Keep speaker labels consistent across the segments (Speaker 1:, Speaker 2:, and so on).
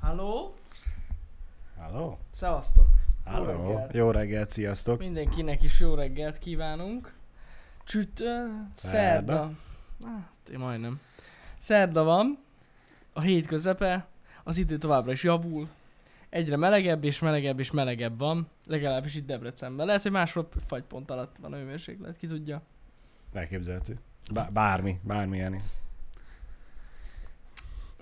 Speaker 1: Halló,
Speaker 2: Halló?
Speaker 1: szevasztok! Jó
Speaker 2: Halló?
Speaker 1: reggelt.
Speaker 2: Jó reggelt, sziasztok!
Speaker 1: Mindenkinek is jó reggelt kívánunk. Csütő, szerda. Hát, én majdnem. Szerda van, a hét közepe, az idő továbbra is javul. Egyre melegebb és melegebb és melegebb van, legalábbis itt Debrecenben. Lehet, hogy máshol fagypont alatt van a hőmérséklet, ki tudja.
Speaker 2: Elképzelhető. Bá- bármi, bármilyen.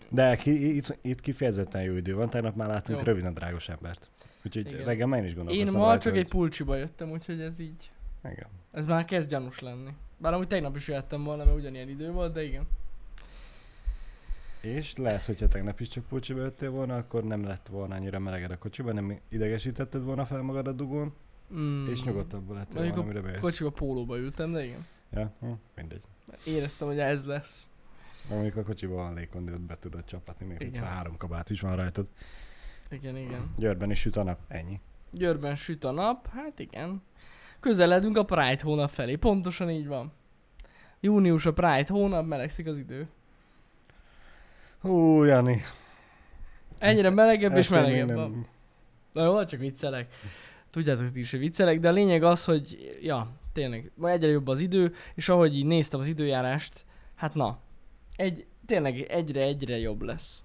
Speaker 2: De ki, itt, itt kifejezetten jó idő van, tegnap már láttunk
Speaker 1: Jó.
Speaker 2: jó. röviden drágos embert. Úgyhogy
Speaker 1: Igen.
Speaker 2: Igen. reggel már én is
Speaker 1: Én
Speaker 2: gondolkoztam.
Speaker 1: ma
Speaker 2: rajta,
Speaker 1: csak
Speaker 2: hogy-
Speaker 1: egy pulcsiba jöttem, úgyhogy ez így,
Speaker 2: Igen.
Speaker 1: ez már kezd gyanús lenni. Bár amúgy tegnap is jöttem volna, mert ugyanilyen idő volt, de igen.
Speaker 2: És lehet, hogyha tegnap is csak pulcsiba jöttél volna, akkor nem lett volna annyira meleged a kocsiban, nem idegesítetted volna fel magad a dugón,
Speaker 1: Mm.
Speaker 2: hmm. és nyugodtabb lettél
Speaker 1: Mondjuk
Speaker 2: volna, amire bejössz.
Speaker 1: Kocsiba pólóba ültem, de igen.
Speaker 2: Ja, hm, mindegy.
Speaker 1: Éreztem, hogy ez lesz.
Speaker 2: De mondjuk a kocsiban van légkondi, ott be tudod csapatni, még
Speaker 1: Igen.
Speaker 2: hogyha három kabát is van rajtad.
Speaker 1: Igen, igen.
Speaker 2: Győrben is süt a nap, ennyi.
Speaker 1: Győrben süt a nap, hát igen. Közeledünk a Pride hónap felé, pontosan így van. Június a Pride hónap, melegszik az idő.
Speaker 2: Hú, Jani,
Speaker 1: Egyre melegebb és
Speaker 2: Ezt én még
Speaker 1: melegebb
Speaker 2: nem-
Speaker 1: van. Na jó, csak viccelek. Tudjátok ti is, hogy viccelek, de a lényeg az, hogy ja, tényleg, ma egyre jobb az idő, és ahogy így néztem az időjárást, hát na, egy, tényleg egyre-egyre jobb lesz.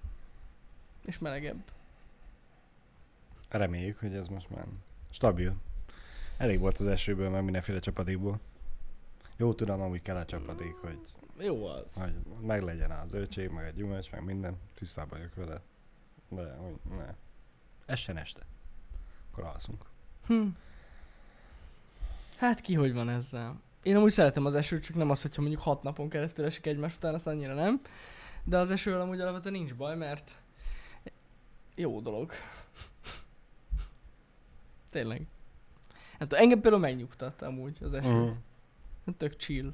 Speaker 1: És melegebb.
Speaker 2: Reméljük, hogy ez most már stabil. Elég volt az esőből, meg mindenféle csapadékból. Jó tudom, amúgy kell a csapadék, hogy,
Speaker 1: Jó az.
Speaker 2: hogy meglegyen az zöldség, meg egy gyümölcs, meg minden. Tisztában vagyok vele. De, hogy ne. Essen este. Akkor alszunk.
Speaker 1: Hm. Hát ki hogy van ezzel? Én amúgy szeretem az esőt, csak nem az, hogyha mondjuk hat napon keresztül esik egymás után, azt annyira nem. De az esővel amúgy alapvetően nincs baj, mert jó dolog. Tényleg. Hát engem például megnyugtat amúgy az eső.
Speaker 2: Mhm.
Speaker 1: Uh-huh. Tök chill.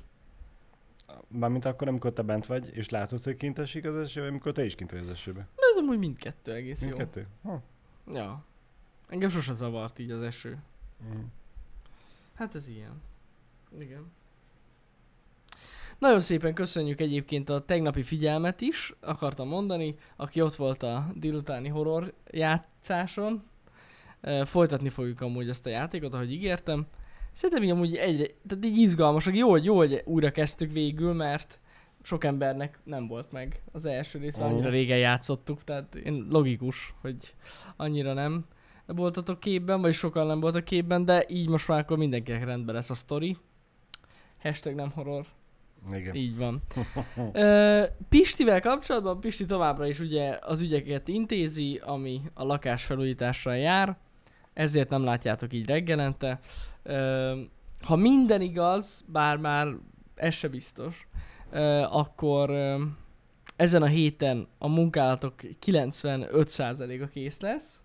Speaker 2: Mármint akkor, amikor te bent vagy, és látod, hogy kint esik az eső, vagy amikor te is kint vagy az esőbe.
Speaker 1: De ez amúgy mindkettő egész jó.
Speaker 2: Mindkettő? Hm. Ha.
Speaker 1: Ja. Engem sose zavart így az eső.
Speaker 2: Mhm.
Speaker 1: Hát ez ilyen. Igen. Nagyon szépen köszönjük egyébként a tegnapi figyelmet is, akartam mondani, aki ott volt a délutáni horror játszáson. E, Folytatni fogjuk amúgy ezt a játékot, ahogy ígértem. Szerintem így amúgy egyre, tehát így izgalmas, jó, hogy, jó, hogy újra kezdtük végül, mert sok embernek nem volt meg az első rész, mert
Speaker 2: Aha.
Speaker 1: annyira régen játszottuk, tehát én logikus, hogy annyira nem voltatok képben, vagy sokan nem voltak képben, de így most már akkor mindenkinek rendben lesz a sztori. Hashtag nem horror.
Speaker 2: Igen.
Speaker 1: Így van. Ö, Pistivel kapcsolatban Pisti továbbra is ugye az ügyeket intézi, ami a lakás felújításra jár, ezért nem látjátok így reggelente. Ö, ha minden igaz, bár már ez se biztos, ö, akkor ö, ezen a héten a munkálatok 95%-a kész lesz,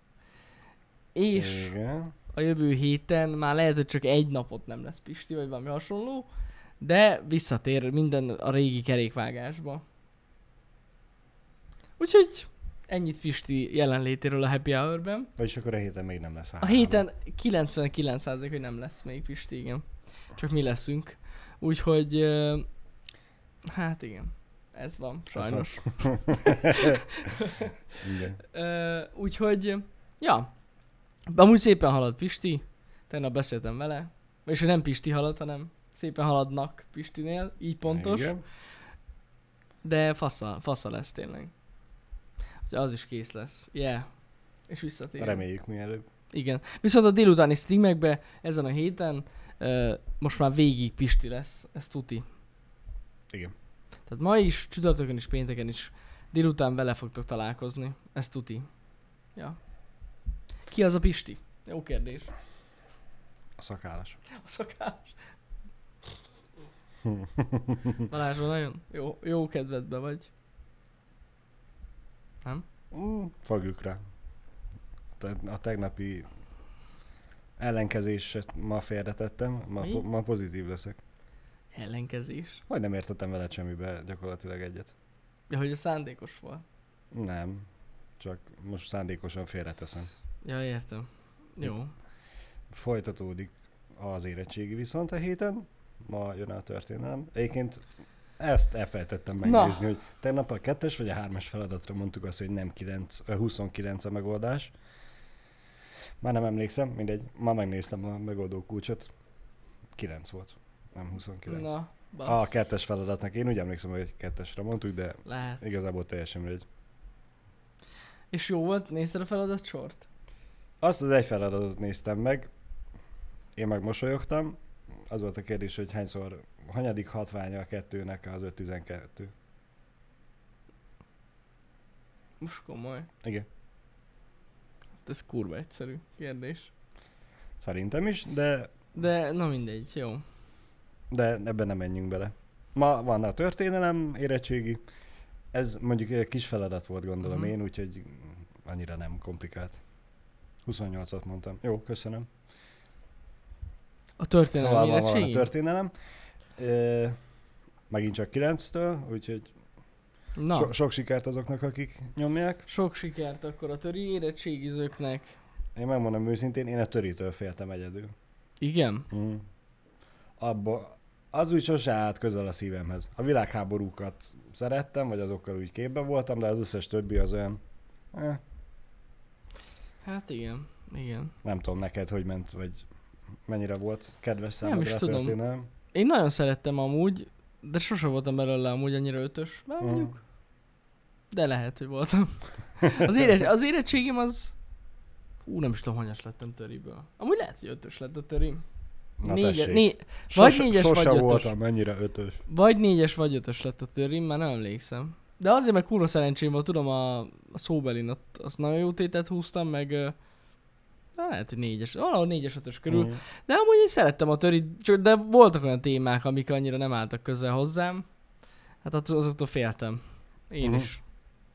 Speaker 1: és
Speaker 2: Igen.
Speaker 1: a jövő héten már lehet, hogy csak egy napot nem lesz Pisti, vagy valami hasonló, de visszatér minden a régi kerékvágásba. Úgyhogy ennyit Pisti jelenlétéről a Happy Hour-ben.
Speaker 2: Vagyis akkor a héten még nem lesz
Speaker 1: A héten 99% hogy nem lesz még Pisti, igen. Csak mi leszünk. Úgyhogy, ö, hát igen, ez van, sajnos.
Speaker 2: Igen.
Speaker 1: Ö, úgyhogy, ja. Amúgy szépen halad Pisti, tegnap beszéltem vele, és hogy nem Pisti halad, hanem szépen haladnak Pistinél, így pontos, Igen.
Speaker 2: Igen.
Speaker 1: de fasza, fasza lesz tényleg. Úgyhogy az is kész lesz. Yeah. És visszatér.
Speaker 2: Reméljük mielőbb.
Speaker 1: Igen. Viszont a délutáni streamekbe ezen a héten ö, most már végig Pisti lesz, ez tuti.
Speaker 2: Igen.
Speaker 1: Tehát ma is, csütörtökön is, pénteken is délután vele fogtok találkozni. Ez tuti. Ja. Ki az a Pisti? Jó kérdés.
Speaker 2: A szakállas.
Speaker 1: A szakás. Balázsról nagyon jó, jó kedvedben vagy.
Speaker 2: Mm, fogjuk rá. Te- A tegnapi ellenkezést ma félretettem, ma,
Speaker 1: Mi?
Speaker 2: po- ma pozitív leszek.
Speaker 1: Ellenkezés.
Speaker 2: Majd nem értettem veled semmibe gyakorlatilag egyet.
Speaker 1: Ja, hogy a szándékos volt.
Speaker 2: Nem, csak most szándékosan félreteszem.
Speaker 1: Ja, értem. Jó.
Speaker 2: Folytatódik az érettségi viszont a héten, ma jön a történelem. Egyébként Ezt elfelejtettem megnézni, Na. hogy tegnap a kettes vagy a hármas feladatra mondtuk azt, hogy nem 9, ö, 29 a megoldás. Már nem emlékszem, mindegy. Ma megnéztem a megoldó kulcsot. 9 volt, nem 29. Na,
Speaker 1: Na, basz.
Speaker 2: a kettes feladatnak. Én úgy emlékszem, hogy kettesre mondtuk, de
Speaker 1: Lehet.
Speaker 2: igazából teljesen mindegy.
Speaker 1: És jó volt? Nézted a feladatsort?
Speaker 2: Azt az egy feladatot néztem meg, én meg mosolyogtam, az volt a kérdés, hogy hányszor, hanyadik hatványa a kettőnek az 512.
Speaker 1: Most komoly.
Speaker 2: Igen.
Speaker 1: Hát Ez kurva egyszerű kérdés.
Speaker 2: Szerintem is, de,
Speaker 1: De na mindegy, jó.
Speaker 2: de ebben nem menjünk bele. Ma van a történelem, érettségi. Ez mondjuk egy kis feladat volt, gondolom
Speaker 1: Mhm.
Speaker 2: uh-huh. én, úgyhogy annyira nem komplikált. 28-at mondtam. Jó, köszönöm.
Speaker 1: A történelmi
Speaker 2: szóval
Speaker 1: szóval
Speaker 2: van- van a
Speaker 1: érettségi?
Speaker 2: történelem. Ö, megint csak 9-től, úgyhogy
Speaker 1: na,
Speaker 2: so- sok sikert azoknak, akik nyomják.
Speaker 1: sok sikert akkor a töri érettségizőknek.
Speaker 2: Én megmondom őszintén, én a töritől féltem egyedül.
Speaker 1: Igen?
Speaker 2: Mm. Abba, az úgy sose állt közel a szívemhez. A világháborúkat szerettem, vagy azokkal úgy képbe voltam, de az összes többi az olyan, eh,
Speaker 1: Hát igen, igen.
Speaker 2: nem tudom neked, hogy ment, vagy mennyire volt kedves
Speaker 1: Nem
Speaker 2: számodra
Speaker 1: is
Speaker 2: a
Speaker 1: tudom.
Speaker 2: történelem.
Speaker 1: Én nagyon szerettem amúgy, de sose voltam belőle amúgy annyira ötös. Már
Speaker 2: Mhm.
Speaker 1: mondjuk. De lehet, hogy voltam. Az, éret, az érettségim az... Ú, nem is tudom, hanyas lettem töriből. Amúgy lehet, hogy ötös lett a törim.
Speaker 2: Na
Speaker 1: Négy-
Speaker 2: tessék,
Speaker 1: né-
Speaker 2: sose,
Speaker 1: vagy négyes,
Speaker 2: sose
Speaker 1: vagy ötös.
Speaker 2: voltam ennyire ötös.
Speaker 1: Vagy négyes, vagy ötös lett a törim, már nem emlékszem. De azért, mert kurva szerencsém volt, tudom, a, a szóbelin ott, azt nagyon jó tétet húztam, meg ö, na, lehet, hogy négyes, valahol négyes, ötös körül.
Speaker 2: Mm.
Speaker 1: De amúgy én szerettem a törit, csak de voltak olyan témák, amik annyira nem álltak közel hozzám. Hát att- azoktól féltem. Én
Speaker 2: Mhm.
Speaker 1: is.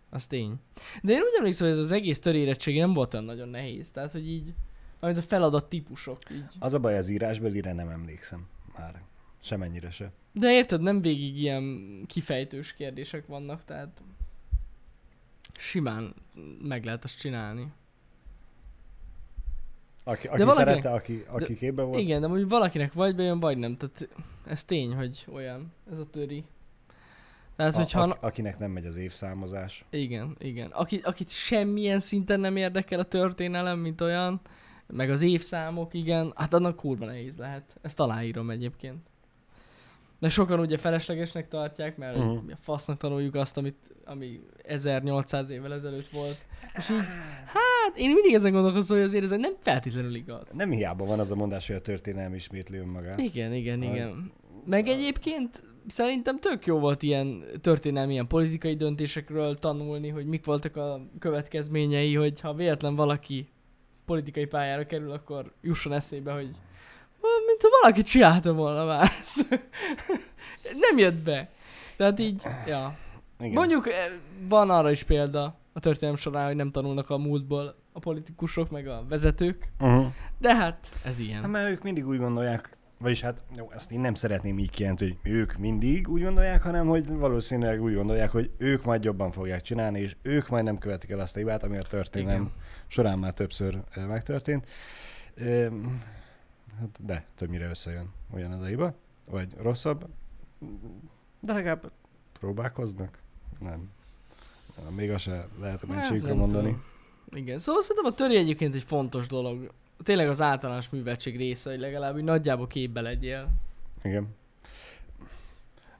Speaker 1: Az tény. De én úgy emlékszem, hogy ez az egész törérettségi nem volt olyan nagyon nehéz. Tehát, hogy így, amit a feladat típusok így.
Speaker 2: Az a baj, az írásbelire nem emlékszem már. Semennyire se.
Speaker 1: De érted, nem végig ilyen kifejtős kérdések vannak, tehát simán meg lehet azt csinálni.
Speaker 2: Aki, aki
Speaker 1: valakinek-
Speaker 2: szerette, aki, aki képbe volt.
Speaker 1: Igen, de mondjuk valakinek vagy bejön, vagy nem. Tehát ez tény, hogy olyan ez a töri. Tehát,
Speaker 2: a,
Speaker 1: hogyha...
Speaker 2: ak- akinek nem megy az évszámozás.
Speaker 1: Igen, igen. Aki, akit semmilyen szinten nem érdekel a történelem, mint olyan, meg az évszámok, igen, hát annak kurva nehéz lehet. Ezt aláírom egyébként. De sokan ugye feleslegesnek tartják, mert
Speaker 2: Mhm.
Speaker 1: uh-huh. mi a fasznak tanuljuk azt, amit, ami 1800 évvel ezelőtt volt. És így, hát én mindig ezen gondolkozom, hogy azért ez nem feltétlenül igaz.
Speaker 2: Nem hiába van az a mondás, hogy a történelem ismétli önmagát.
Speaker 1: Igen, igen,
Speaker 2: Vagy-
Speaker 1: igen. Meg egyébként szerintem tök jó volt ilyen történelmi, ilyen politikai döntésekről tanulni, hogy mik voltak a következményei, hogy ha véletlen valaki politikai pályára kerül, akkor jusson eszébe, hogy "Ó, mint ha valaki csinálta volna már ezt. Nem jött be. Tehát így, ja.
Speaker 2: Igen.
Speaker 1: Mondjuk eh, van arra is példa a történelem során, hogy nem tanulnak a múltból a politikusok, meg a vezetők,
Speaker 2: Uh-huh.
Speaker 1: de hát ez
Speaker 2: Hát,
Speaker 1: ilyen.
Speaker 2: mert ők mindig úgy gondolják, vagyis hát jó, ezt én nem szeretném így kijelenteni, hogy ők mindig úgy gondolják, hanem hogy valószínűleg úgy gondolják, hogy ők majd jobban fogják csinálni, és ők majd nem követik el azt a hibát, ami a történelem
Speaker 1: Igen.
Speaker 2: során már többször eh, megtörtént. Öm, Hát de, többnyire összejön ugyanaz a hiba, vagy rosszabb, de legalább próbálkoznak. Nem. Nem, még azt se lehet a mentségükre
Speaker 1: Hát, nem
Speaker 2: mondani.
Speaker 1: tudom. Igen, szóval szerintem a töri egyébként egy fontos dolog. Tényleg az általános műveltség része, hogy legalább úgy nagyjából képbe legyél.
Speaker 2: Igen.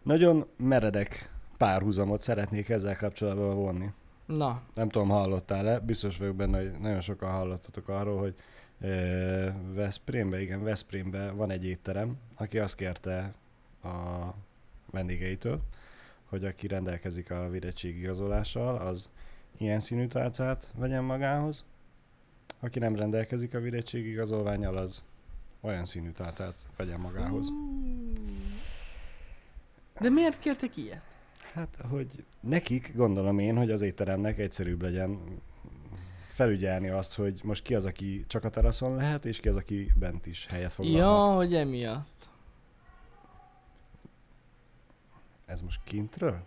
Speaker 2: Nagyon meredek párhuzamot szeretnék ezzel kapcsolatban vonni.
Speaker 1: Na,
Speaker 2: Nem tudom, hallottál-e, biztos vagyok benne, hogy nagyon sokan hallottatok arról, hogy ö, Veszprémbe, igen, Veszprémbe van egy étterem, aki azt kérte a vendégeitől, hogy aki rendelkezik a védettségi igazolással, az ilyen színű tálcát vegyen magához, aki nem rendelkezik a védettségi igazolványal, az olyan színű tálcát vegyen magához.
Speaker 1: de miért kértek ilyet?
Speaker 2: Hát, hogy nekik, gondolom én, hogy az étteremnek egyszerűbb legyen felügyelni azt, hogy most ki az, aki csak a teraszon lehet, és ki az, aki bent is helyet foglalhat. Ja.
Speaker 1: Ja, hogy emiatt.
Speaker 2: Ez most kintről?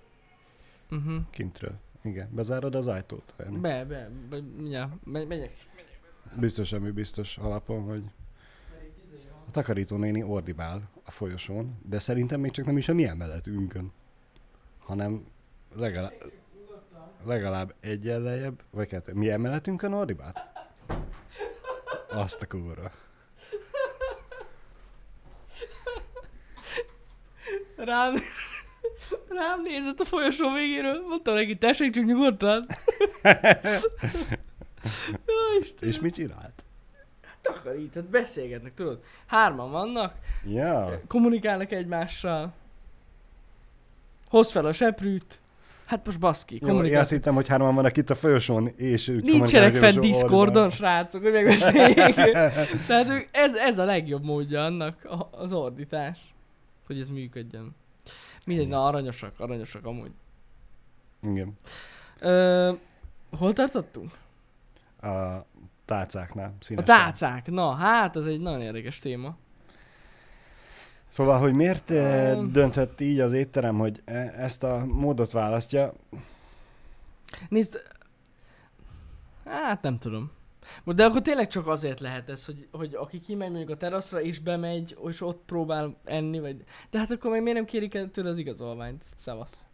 Speaker 1: Uh-huh.
Speaker 2: Kintről. Igen, bezárod az ajtót. olyan.
Speaker 1: Be, be, be, mindjárt, me- megyek.
Speaker 2: Biztos, ami biztos alapon, hogy a takarító néni ordibál a folyosón, de szerintem még csak nem is a mi emeletünkön. hanem legalább, legalább egyen lejjebb, vagy kettő. Mi emeletünkön ordibát? Azt a kurva.
Speaker 1: Rám, rám nézett a folyosó végéről, mondta neki, tessék csak nyugodtan. Jaj, Istenem.
Speaker 2: És mit csinált?
Speaker 1: takarít, tehát beszélgetnek, tudod? Hárman vannak,
Speaker 2: Ja,
Speaker 1: kommunikálnak egymással. Hozd fel a seprűt. Hát most baszki,
Speaker 2: jó, én azt
Speaker 1: kommunikálsz.
Speaker 2: hittem, hogy hárman vannak itt a folyosón, és ők
Speaker 1: Nincsenek
Speaker 2: kommunikálnak
Speaker 1: fent
Speaker 2: a folyosó
Speaker 1: Discordon,
Speaker 2: oldalán.
Speaker 1: srácok, hogy megbeszéljék. Tehát ők- ez, ez a legjobb módja annak a- az ordítás, hogy ez működjön. Mindegy, na aranyosak, aranyosak amúgy.
Speaker 2: Igen.
Speaker 1: Ö, hol tartottunk?
Speaker 2: A tálcáknál.
Speaker 1: A
Speaker 2: színesen.
Speaker 1: tárcák. Na, hát ez egy nagyon érdekes téma.
Speaker 2: Szóval, hogy miért eh,
Speaker 1: Öm.
Speaker 2: döntött így az étterem, hogy e- ezt a módot választja?
Speaker 1: Nézd, hát nem tudom. De akkor tényleg csak azért lehet ez, hogy, hogy aki kimegy mondjuk a teraszra és bemegy, és ott próbál enni, vagy... De hát akkor meg miért nem kérik el tőle az igazolványt? Szavasz.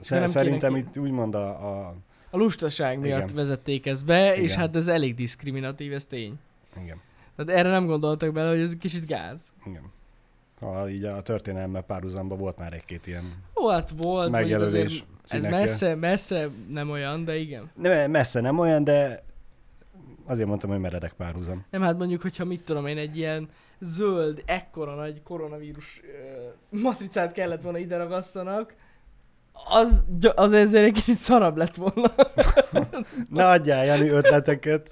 Speaker 2: Szer-
Speaker 1: nem kéne
Speaker 2: szerintem
Speaker 1: ki-
Speaker 2: itt úgymond a, a...
Speaker 1: A lustaság miatt
Speaker 2: Igen.
Speaker 1: vezették ezt be, Igen. és
Speaker 2: Igen.
Speaker 1: hát ez elég diszkriminatív, ez tény.
Speaker 2: Igen,
Speaker 1: Tehát erre nem gondoltak bele, hogy ez kicsit gáz.
Speaker 2: igen. Ha így a történelme párhuzamba volt már egy-két ilyen
Speaker 1: Ó, hát volt, mondjuk azért
Speaker 2: megjelölés
Speaker 1: ez
Speaker 2: színekkel.
Speaker 1: messze, messze nem olyan, de igen.
Speaker 2: Nem, messze nem olyan, de azért mondtam, hogy meredek párhuzam.
Speaker 1: Nem, hát mondjuk, hogyha mit tudom én, egy ilyen zöld, ekkora nagy koronavírus ö, matricát kellett volna ide ragasztanak, az, gy- az ezért egy kicsit szarabb lett volna.
Speaker 2: Ne adjál Jani ötleteket,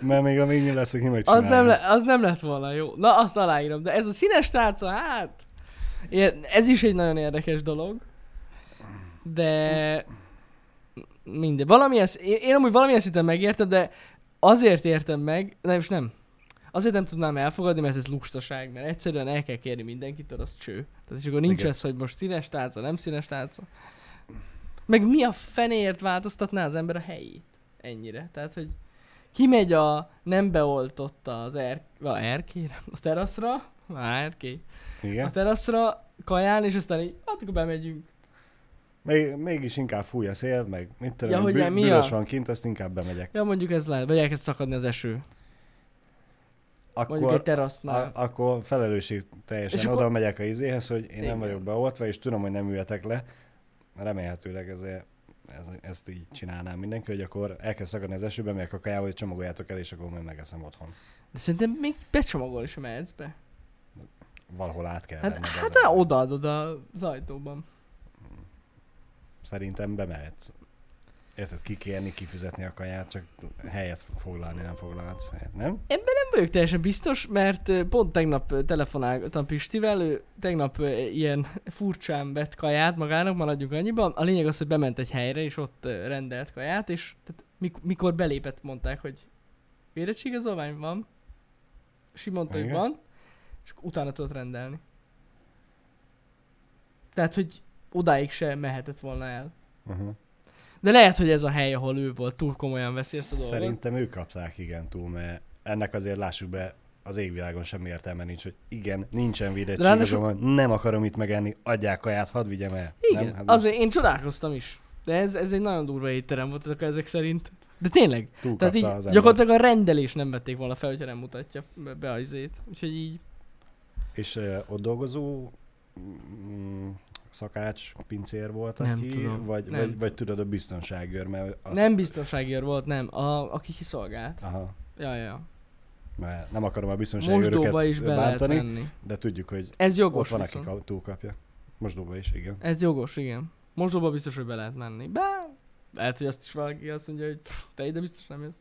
Speaker 2: mert még amíg mi leszek, mi
Speaker 1: Az nem,
Speaker 2: megcsináljuk.
Speaker 1: le, az nem lett volna jó. Na, azt aláírom. De ez a színes tárca, hát... ilyen- Ez is egy nagyon érdekes dolog. De... Minden. Valamilyen, sz- én, én amúgy valamilyen szinten megértem, de azért értem meg, nem és nem. Azért nem tudnám elfogadni, mert ez lustaság, mert egyszerűen el kell kérni mindenkitől, az cső. Tehát és akkor nincs
Speaker 2: Igen.
Speaker 1: ez, hogy most színes tálca, nem színes tálca. Meg mi a fenéért változtatná az ember a helyét? Ennyire. Tehát, hogy kimegy a nem beoltotta az er, a erkére, a teraszra, a erkély, a
Speaker 2: Igen?
Speaker 1: teraszra kaján, és aztán így, hát akkor bemegyünk.
Speaker 2: Még, mégis inkább fúj a szél, meg mit tudom,
Speaker 1: Ja,
Speaker 2: ja,
Speaker 1: hogy
Speaker 2: bű,
Speaker 1: nem, mi
Speaker 2: bűvös
Speaker 1: a-
Speaker 2: van kint, azt inkább bemegyek.
Speaker 1: Ja, mondjuk ez lehet, vagy elkezd szakadni az eső. Mondjuk
Speaker 2: Akkor,
Speaker 1: egy terasznál.
Speaker 2: a, akkor felelősség teljesen
Speaker 1: És
Speaker 2: és
Speaker 1: akkor-
Speaker 2: oda akkor... megyek a izéhez, hogy én
Speaker 1: Igen.
Speaker 2: nem vagyok beoltva, és tudom, hogy nem üljetek le. Remélhetőleg ezért ez, ezt így csinálnám mindenki, hogy akkor elkezd szakadni az esőbe, megyek a kajába, hogy csomagoljátok el, és akkor majd megeszem otthon.
Speaker 1: De szerintem még becsomagol is a mehetszbe.
Speaker 2: Valahol át kell
Speaker 1: Hát,
Speaker 2: venned
Speaker 1: hát
Speaker 2: az-
Speaker 1: odaadod az ajtóban.
Speaker 2: Szerintem bemehetsz. Érted, kikérni, kifizetni a kaját, csak helyet foglalni nem foglalhatsz helyet, nem?
Speaker 1: Nem vagyok teljesen biztos, mert ö, pont tegnap ö, telefonáltam Pistivel, ő tegnap ö, ilyen furcsán vett kaját magának, maradjunk annyiban. A lényeg az, hogy bement egy helyre, és ott ö, rendelt kaját, és tehát mik- mikor belépett, mondták, hogy vérettségigazolvány van, és így mondta, hogy
Speaker 2: Igen.
Speaker 1: van, és utána tudott rendelni. Tehát, hogy odáig se mehetett volna el.
Speaker 2: Uh-huh.
Speaker 1: De lehet, hogy ez a hely, ahol ő volt, túl komolyan veszi ezt a dolgot.
Speaker 2: Szerintem ők kapták igen túl, mert ennek azért lássuk be, az égvilágon semmi értelme nincs, hogy igen, nincsen
Speaker 1: Ráadásul-
Speaker 2: védettségem, van, nem akarom itt megenni, adják kaját, hadd vigyem el.
Speaker 1: Igen,
Speaker 2: nem? hát
Speaker 1: nem, azért én csodálkoztam is. De ez, ez egy nagyon durva étterem volt ezek, ezek szerint. De tényleg.
Speaker 2: túl
Speaker 1: Tehát így
Speaker 2: az gyakorlatilag...
Speaker 1: gyakorlatilag a rendelés nem vették volna fel, hogyha nem mutatja be- be a izét. Úgyhogy így.
Speaker 2: És uh, ott dolgozó mm, szakács, pincér volt,
Speaker 1: Nem
Speaker 2: aki,
Speaker 1: tudom,
Speaker 2: vagy,
Speaker 1: nem
Speaker 2: vagy,
Speaker 1: tudom.
Speaker 2: vagy tudod, a biztonságőr, mert
Speaker 1: Az nem biztonságőr volt, nem. A, aki kiszolgált.
Speaker 2: Aha,
Speaker 1: Ja, ja, ja.
Speaker 2: mert nem akarom a
Speaker 1: Mosdóba
Speaker 2: biztonságőröket
Speaker 1: is be lehet
Speaker 2: bántani,
Speaker 1: menni.
Speaker 2: de tudjuk, hogy
Speaker 1: Ez
Speaker 2: Ott
Speaker 1: jogos
Speaker 2: van, aki
Speaker 1: viszont.
Speaker 2: ka- túlkapja. Mosdóba is, igen.
Speaker 1: Ez jogos, igen. Mosdóba biztos, hogy be lehet menni. Be. Lehet, hogy azt is valaki azt mondja, hogy pff, te ide biztos nem jössz.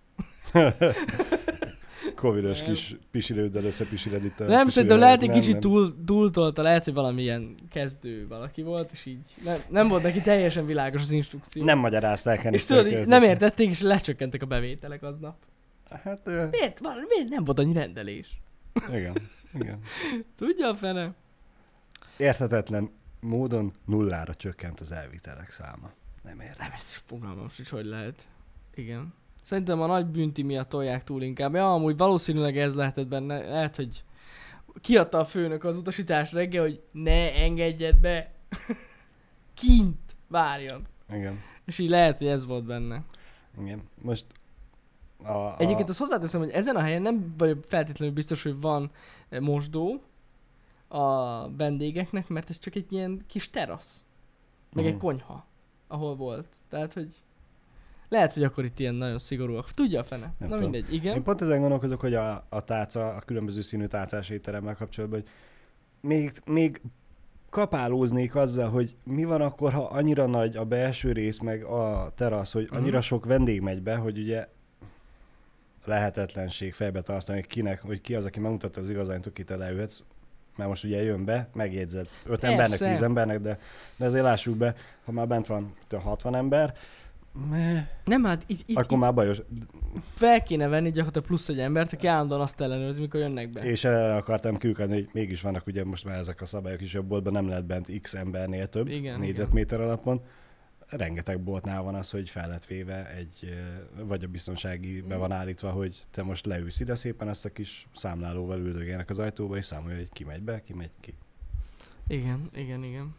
Speaker 2: Covidos
Speaker 1: Nem.
Speaker 2: kis pisilőddel összepisiled itt a
Speaker 1: Nem, szerintem
Speaker 2: pisilővel,
Speaker 1: lehet egy
Speaker 2: nem,
Speaker 1: kicsit
Speaker 2: nem.
Speaker 1: túl, túltolta, lehet, hogy valamilyen kezdő valaki volt, és így nem, nem volt neki teljesen világos az instrukció.
Speaker 2: Nem magyarázták el.
Speaker 1: és
Speaker 2: itt
Speaker 1: tudod, így nem
Speaker 2: történetesen.
Speaker 1: értették, és lecsökkentek a bevételek aznap.
Speaker 2: Hát, ö,
Speaker 1: Miért van? Miért nem volt annyi rendelés?
Speaker 2: igen, igen.
Speaker 1: Tudja a fene?
Speaker 2: Érthetetlen módon nullára csökkent az elvitelek száma. Nem értem.
Speaker 1: Nem, ez fogalmam sincs, hogy lehet. Igen. Szerintem a nagy bünti miatt tolják túl inkább. Ja, amúgy valószínűleg ez lehetett benne. Lehet, hogy kiadta a főnök az utasítás reggel, hogy ne engedjed be. Kint. várjon.
Speaker 2: Igen.
Speaker 1: És így lehet, hogy ez volt benne.
Speaker 2: Igen. Most a, a...
Speaker 1: Egyébként azt hozzáteszem, hogy ezen a helyen nem vagyok feltétlenül biztos, hogy van eh, mosdó a vendégeknek, mert ez csak egy ilyen kis terasz. Meg egy
Speaker 2: Mhm.
Speaker 1: konyha, ahol volt. Tehát, hogy lehet, hogy akkor itt ilyen nagyon szigorúak. Tudja a fene. Na
Speaker 2: tudom.
Speaker 1: mindegy, igen.
Speaker 2: Én pont ezen gondolkozok, hogy a, a táca, a különböző színű tácás étteremmel kapcsolatban, hogy még, még kapálóznék azzal, hogy mi van akkor, ha annyira nagy a belső rész, meg a terasz, hogy annyira
Speaker 1: Mhm.
Speaker 2: sok vendég megy be, hogy ugye lehetetlenség fejbe tartani, hogy kinek, hogy ki az, aki megmutatta az igazányt, akit te leülhetsz, mert most ugye jön be, megjegyzed. Öt
Speaker 1: Persze.
Speaker 2: embernek, tíz embernek, de, de azért lássuk be, ha már bent van itt a 60 ember, meh,
Speaker 1: Nem, hát itt, itt,
Speaker 2: akkor
Speaker 1: itt
Speaker 2: már bajos.
Speaker 1: fel kéne venni gyakorlatilag plusz egy embert, aki állandóan azt ellenőrzi, mikor jönnek be.
Speaker 2: És erre akartam kiukadni, hogy mégis vannak ugye most már ezek a szabályok is, hogy a boltban nem lehet bent x embernél több
Speaker 1: Igen,
Speaker 2: igen, négyzetméter igen. alapon. Rengeteg boltnál van az, hogy fel lett véve egy, eh, vagy a biztonsági be van állítva, hogy te most leülsz ide szépen, azt a kis számlálóval üldögélnek az ajtóba, és számolja, hogy ki megy be, ki megy ki.
Speaker 1: Igen, igen, igen.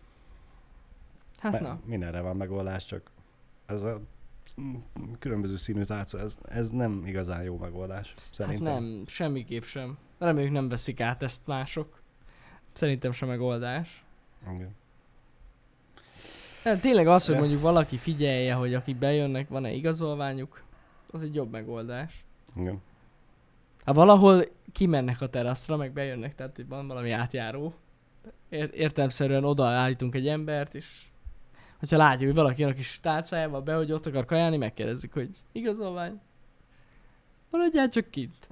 Speaker 1: Hát
Speaker 2: Mert
Speaker 1: na.
Speaker 2: mindenre van megoldás, csak ez a mm, különböző színű tárca, ez, ez nem igazán jó megoldás, szerintem.
Speaker 1: Hát nem, semmiképp sem. Reméljük nem veszik át ezt mások. Szerintem sem megoldás.
Speaker 2: Igen.
Speaker 1: Nem, tényleg az, hogy
Speaker 2: Ja.
Speaker 1: mondjuk valaki figyelje, hogy akik bejönnek, van-e igazolványuk, az egy jobb megoldás.
Speaker 2: Igen.
Speaker 1: Ha valahol kimennek a teraszra, meg bejönnek, tehát itt van valami átjáró. Ér- értelemszerűen odaállítunk egy embert, és hogyha látjuk, hogy valaki jön a kis tárcájával be, hogy ott akar kajálni, megkérdezzük, hogy igazolvány. Maradjál csak kint.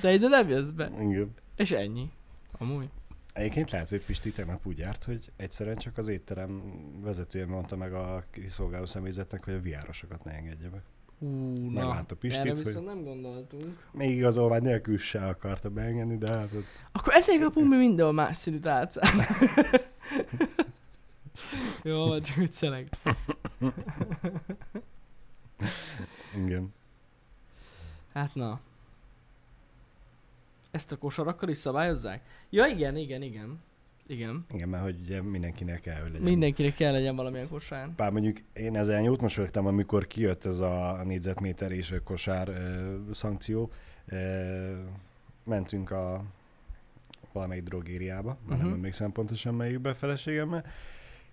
Speaker 1: De ide nem jössz be.
Speaker 2: Igen.
Speaker 1: És ennyi. Amúgy.
Speaker 2: Egyébként lehet, hogy Pisti tegnap úgy járt, hogy egyszerűen csak az étterem vezetője mondta meg a kiszolgáló személyzetnek, hogy a viárosokat ne engedje be.
Speaker 1: Ú, na.
Speaker 2: Meglátta Pistit,
Speaker 1: Erre
Speaker 2: hogy
Speaker 1: viszont nem gondoltunk.
Speaker 2: még igazolvány nélkül se akarta beengedni, de hát ott
Speaker 1: Akkor ezért kapunk mi mindenhol más színű tálcát. Jó, csak viccelek.
Speaker 2: igen.
Speaker 1: Hát na. Ezt a kosarakkal is szabályozzák? Ja, igen, igen, igen. Igen.
Speaker 2: Igen, mert hogy ugye mindenkinek kell, hogy legyen.
Speaker 1: Mindenkinek kell legyen valamilyen kosár.
Speaker 2: Pár mondjuk én ezen jót mosolyogtam, amikor kijött ez a négyzetméter és a kosár ö, szankció. Ö, mentünk a valamelyik drogériába, már uh-huh.
Speaker 1: Mhm.
Speaker 2: nem emlékszem pontosan melyikbe feleségemmel,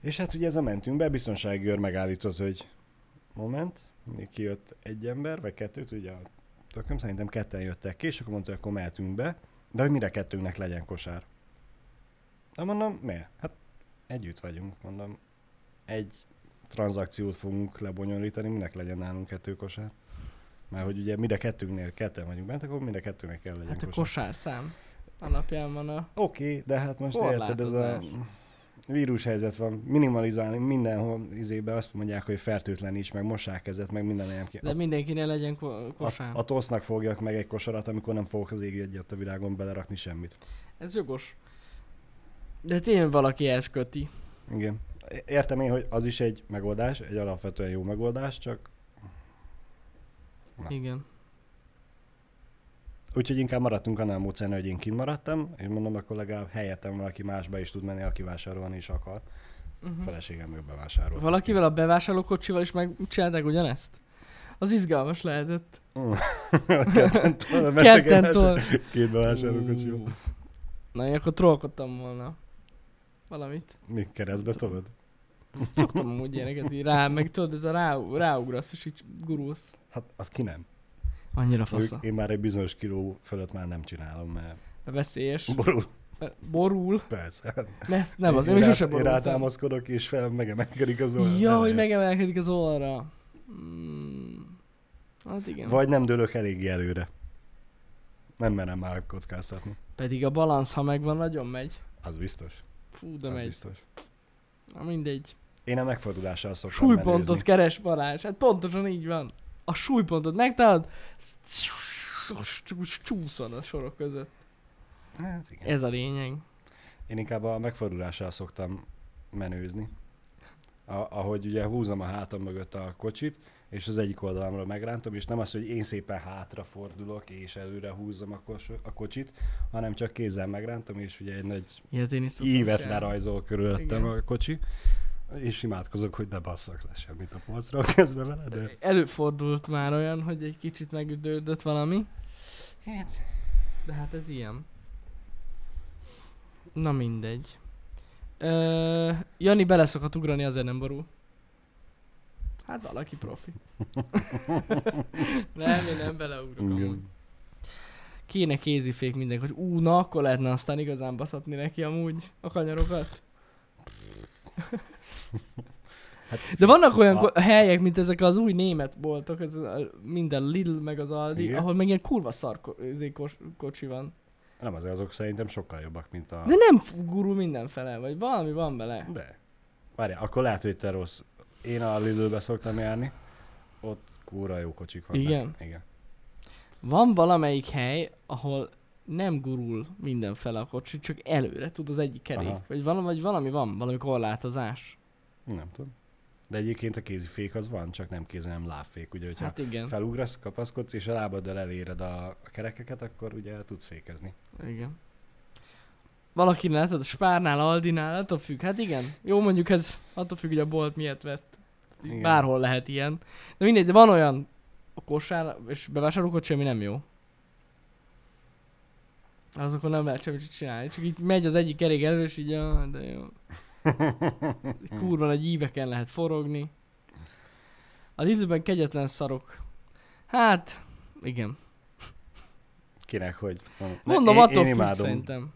Speaker 2: és hát ugye ez a mentünk be, biztonsági őr megállított, hogy moment, még kijött egy ember, vagy kettőt, ugye a tököm szerintem ketten jöttek ki, és akkor mondta, hogy akkor mehetünk be, de hogy mire kettőnknek legyen kosár. Na mondom, miért? Hát együtt vagyunk, mondom, egy tranzakciót fogunk lebonyolítani, minek legyen nálunk kettő kosár. Mert hogy ugye mind a kettőnknél ketten vagyunk bent, akkor mind a kettőnek kell legyen
Speaker 1: Hát a
Speaker 2: kosár.
Speaker 1: kosár szám alapján van a...
Speaker 2: Oké, okay, de hát most érted, ez a
Speaker 1: Korlátozás.
Speaker 2: vírushelyzet van, minimalizálni mindenhol izébe azt mondják, hogy fertőtlen is, meg mossák kezet, meg minden ilyen ki.
Speaker 1: De
Speaker 2: A,
Speaker 1: mindenkinél legyen ko-
Speaker 2: a,
Speaker 1: kosár.
Speaker 2: a tosznak fogjak meg egy kosarat, amikor nem fogok az ég egyet a világon belerakni semmit.
Speaker 1: Ez jogos. De tényleg valaki ezt köti.
Speaker 2: Igen. Értem én, hogy az is egy megoldás, egy alapvetően jó megoldás, csak Na.
Speaker 1: Igen.
Speaker 2: úgyhogy inkább maradtunk annál a módszeren, hogy én kint maradtam, és mondom, akkor legalább helyettem valaki másba is tud menni, aki vásárolni is akar.
Speaker 1: Uh-huh.
Speaker 2: A feleségem meg bevásárol.
Speaker 1: Valakivel a bevásárlókocsival is megcsinálták ugyanezt? Az izgalmas lehetett.
Speaker 2: Ketten
Speaker 1: Ketten tol.
Speaker 2: Két bevásárlókocsival.
Speaker 1: Ú. Mm. Na, én akkor trollkodtam volna. Valamit.
Speaker 2: Még keresztbe tolod?
Speaker 1: Szoktam amúgy ilyeneket így rá, meg tudod, ez a rá, ráugrasz és így gurulsz.
Speaker 2: Hát az ki nem.
Speaker 1: Annyira
Speaker 2: Mondjuk
Speaker 1: fasza.
Speaker 2: én már egy bizonyos kiló fölött már nem csinálom, mert
Speaker 1: Veszélyes.
Speaker 2: borul,
Speaker 1: Borul.
Speaker 2: persze.
Speaker 1: Ne, nem, az
Speaker 2: Én
Speaker 1: én is
Speaker 2: rá-
Speaker 1: sose
Speaker 2: Én
Speaker 1: borultam.
Speaker 2: rátámaszkodok, és fel megemelkedik az olyan.
Speaker 1: Ja, hogy megemelkedik az orra. Mm. Hát igen.
Speaker 2: Vagy nem dőlök eléggé előre. Nem merem már kockáztatni.
Speaker 1: Pedig a balansz, ha megvan, nagyon megy.
Speaker 2: Az biztos.
Speaker 1: Fú, de
Speaker 2: az
Speaker 1: megy.
Speaker 2: biztos.
Speaker 1: Na mindegy.
Speaker 2: Én a megfordulással szoktam
Speaker 1: Súlypontot
Speaker 2: menőzni.
Speaker 1: keres Balázs, hát pontosan így van. A súlypontot megtalálod, sz- csak úgy csúszol a sorok között.
Speaker 2: Hát, igen.
Speaker 1: Ez a lényeg.
Speaker 2: Én inkább a megfordulással szoktam menőzni. A, ahogy ugye húzom a hátam mögött a kocsit, és az egyik oldalamról megrántom, és nem az, hogy én szépen hátra fordulok, és előre húzom a, kos, a kocsit, hanem csak kézzel megrántom, és ugye egy nagy
Speaker 1: Ilyet én is szoktam
Speaker 2: ívet
Speaker 1: csinálni.
Speaker 2: lerajzol körülöttem
Speaker 1: Igen.
Speaker 2: a kocsi. és imádkozok, hogy ne basszak le semmit a polcra a kezbe vele, de...
Speaker 1: Előfordult már olyan, hogy egy kicsit megüdődött valami, de hát ez ilyen. Na mindegy. Ö, Jani bele szokott ugrani, azért nem borul. Hát valaki profi. nem, én nem beleugrok amúgy.
Speaker 2: Igen.
Speaker 1: Kéne kézifék mindenki, hogy ú, na akkor lehetne aztán igazán baszatni neki amúgy a kanyarokat.
Speaker 2: Hát,
Speaker 1: De vannak olyan
Speaker 2: A-
Speaker 1: ko- helyek, mint ezek az új német boltok, ez a, minden Lidl meg az Aldi,
Speaker 2: Igen.
Speaker 1: ahol meg ilyen kurva szar ko- izé kos- kocsi van.
Speaker 2: Nem azért azok szerintem sokkal jobbak, mint a...
Speaker 1: De nem f- gurul mindenfele, vagy valami van bele.
Speaker 2: De. Várjál, akkor lehet, hogy te rossz. Én a Lidlbe szoktam járni, ott kúra jó kocsik vannak.
Speaker 1: Igen?
Speaker 2: Igen.
Speaker 1: Van valamelyik hely, ahol nem gurul mindenfele a kocsi, csak előre tud az egyik kerék.
Speaker 2: Aha.
Speaker 1: Vagy valami, vagy valami van, valami korlátozás.
Speaker 2: Nem tudom. De egyébként a kézifék az van, csak nem kéz, hanem lábfék. Ugye, hogyha
Speaker 1: Hát igen.
Speaker 2: felugrasz, kapaszkodsz, és a lábaddal eléred a, a kerekeket, akkor ugye tudsz fékezni.
Speaker 1: Igen. Valakinek látod, a Spárnál, Aldinál, attól függ. Hát igen. Jó, mondjuk ez attól függ, hogy a bolt miért vett.
Speaker 2: Igen.
Speaker 1: Igen. Bárhol lehet ilyen. De mindegy, de van olyan a kosár, és bevásárolkod semmi nem jó. Azokon nem lehet semmit csinálni. Csak így megy az egyik kerék elő, és így, ah, de jó. Kurva nagy íveken lehet forogni. A Lidlben kegyetlen szarok. Hát, igen.
Speaker 2: Kinek, hogy...
Speaker 1: Mondom,
Speaker 2: én,
Speaker 1: attól
Speaker 2: én
Speaker 1: függ
Speaker 2: imádom.
Speaker 1: szerintem.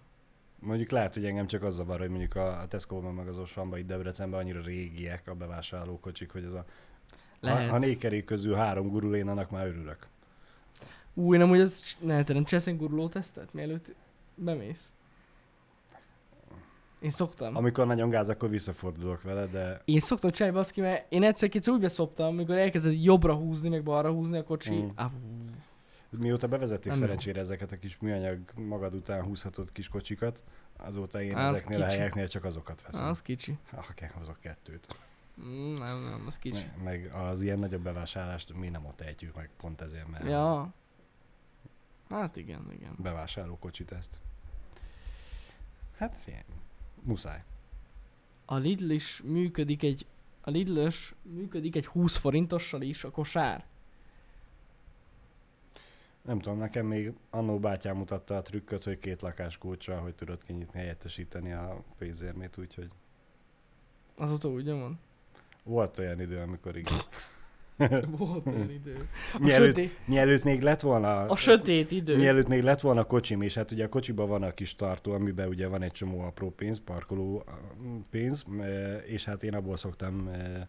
Speaker 2: Mondjuk lehet, hogy engem csak az zavar, hogy mondjuk a a Tesco-ban meg az Osanban, itt Debrecenben annyira régiek a bevásárlókocsik, hogy az a...
Speaker 1: Lehet.
Speaker 2: Ha, ha négy kerék közül három gurul, én annak már örülök.
Speaker 1: Ú, én amúgy az ne, te nem csinálsz egy guruló tesztet, mielőtt bemész? Én szoktam.
Speaker 2: Amikor nagyon gáz, akkor visszafordulok vele, de
Speaker 1: Én szoktam csinálni baszki, mert én egyszer-kétszer úgy beszoptam, amikor elkezdett jobbra húzni, meg balra húzni a kocsi.
Speaker 2: Mm.
Speaker 1: Mm. Ah,
Speaker 2: mióta bevezették
Speaker 1: Nem jó.
Speaker 2: szerencsére ezeket a kis műanyag magad után húzhatott kis kocsikat, azóta én
Speaker 1: Az
Speaker 2: az ezeknél kicsi. a
Speaker 1: kicsi.
Speaker 2: helyeknél csak azokat veszem. Az...
Speaker 1: az kicsi.
Speaker 2: Ha kell, hozok kettőt.
Speaker 1: Mm, nem, nem, az kicsi.
Speaker 2: Me- Meg az ilyen nagyobb bevásárlást mi nem ott ejtjük meg, pont ezért, mert ja.
Speaker 1: Ja. Hát igen, igen.
Speaker 2: bevásárló kocsit ezt. Hát, ilyen. Muszáj.
Speaker 1: A Lidl is működik egy, a lidl működik egy 20 forintossal is a kosár.
Speaker 2: Nem tudom, nekem még annó bátyám mutatta a trükköt, hogy két lakás kulcsra, hogy tudod kinyitni, helyettesíteni a pénzérmét, úgyhogy
Speaker 1: Azóta úgy van.
Speaker 2: volt olyan idő, amikor igen.
Speaker 1: Volt olyan idő. A,
Speaker 2: Mielőtt-
Speaker 1: sötét,
Speaker 2: Mielőtt még lett volna...
Speaker 1: a sötét idő.
Speaker 2: Mielőtt még lett volna kocsim, és hát ugye a kocsiban van a kis tartó, amiben ugye van egy csomó apró pénz, parkoló mm, pénz, m, és hát én abból szoktam eh,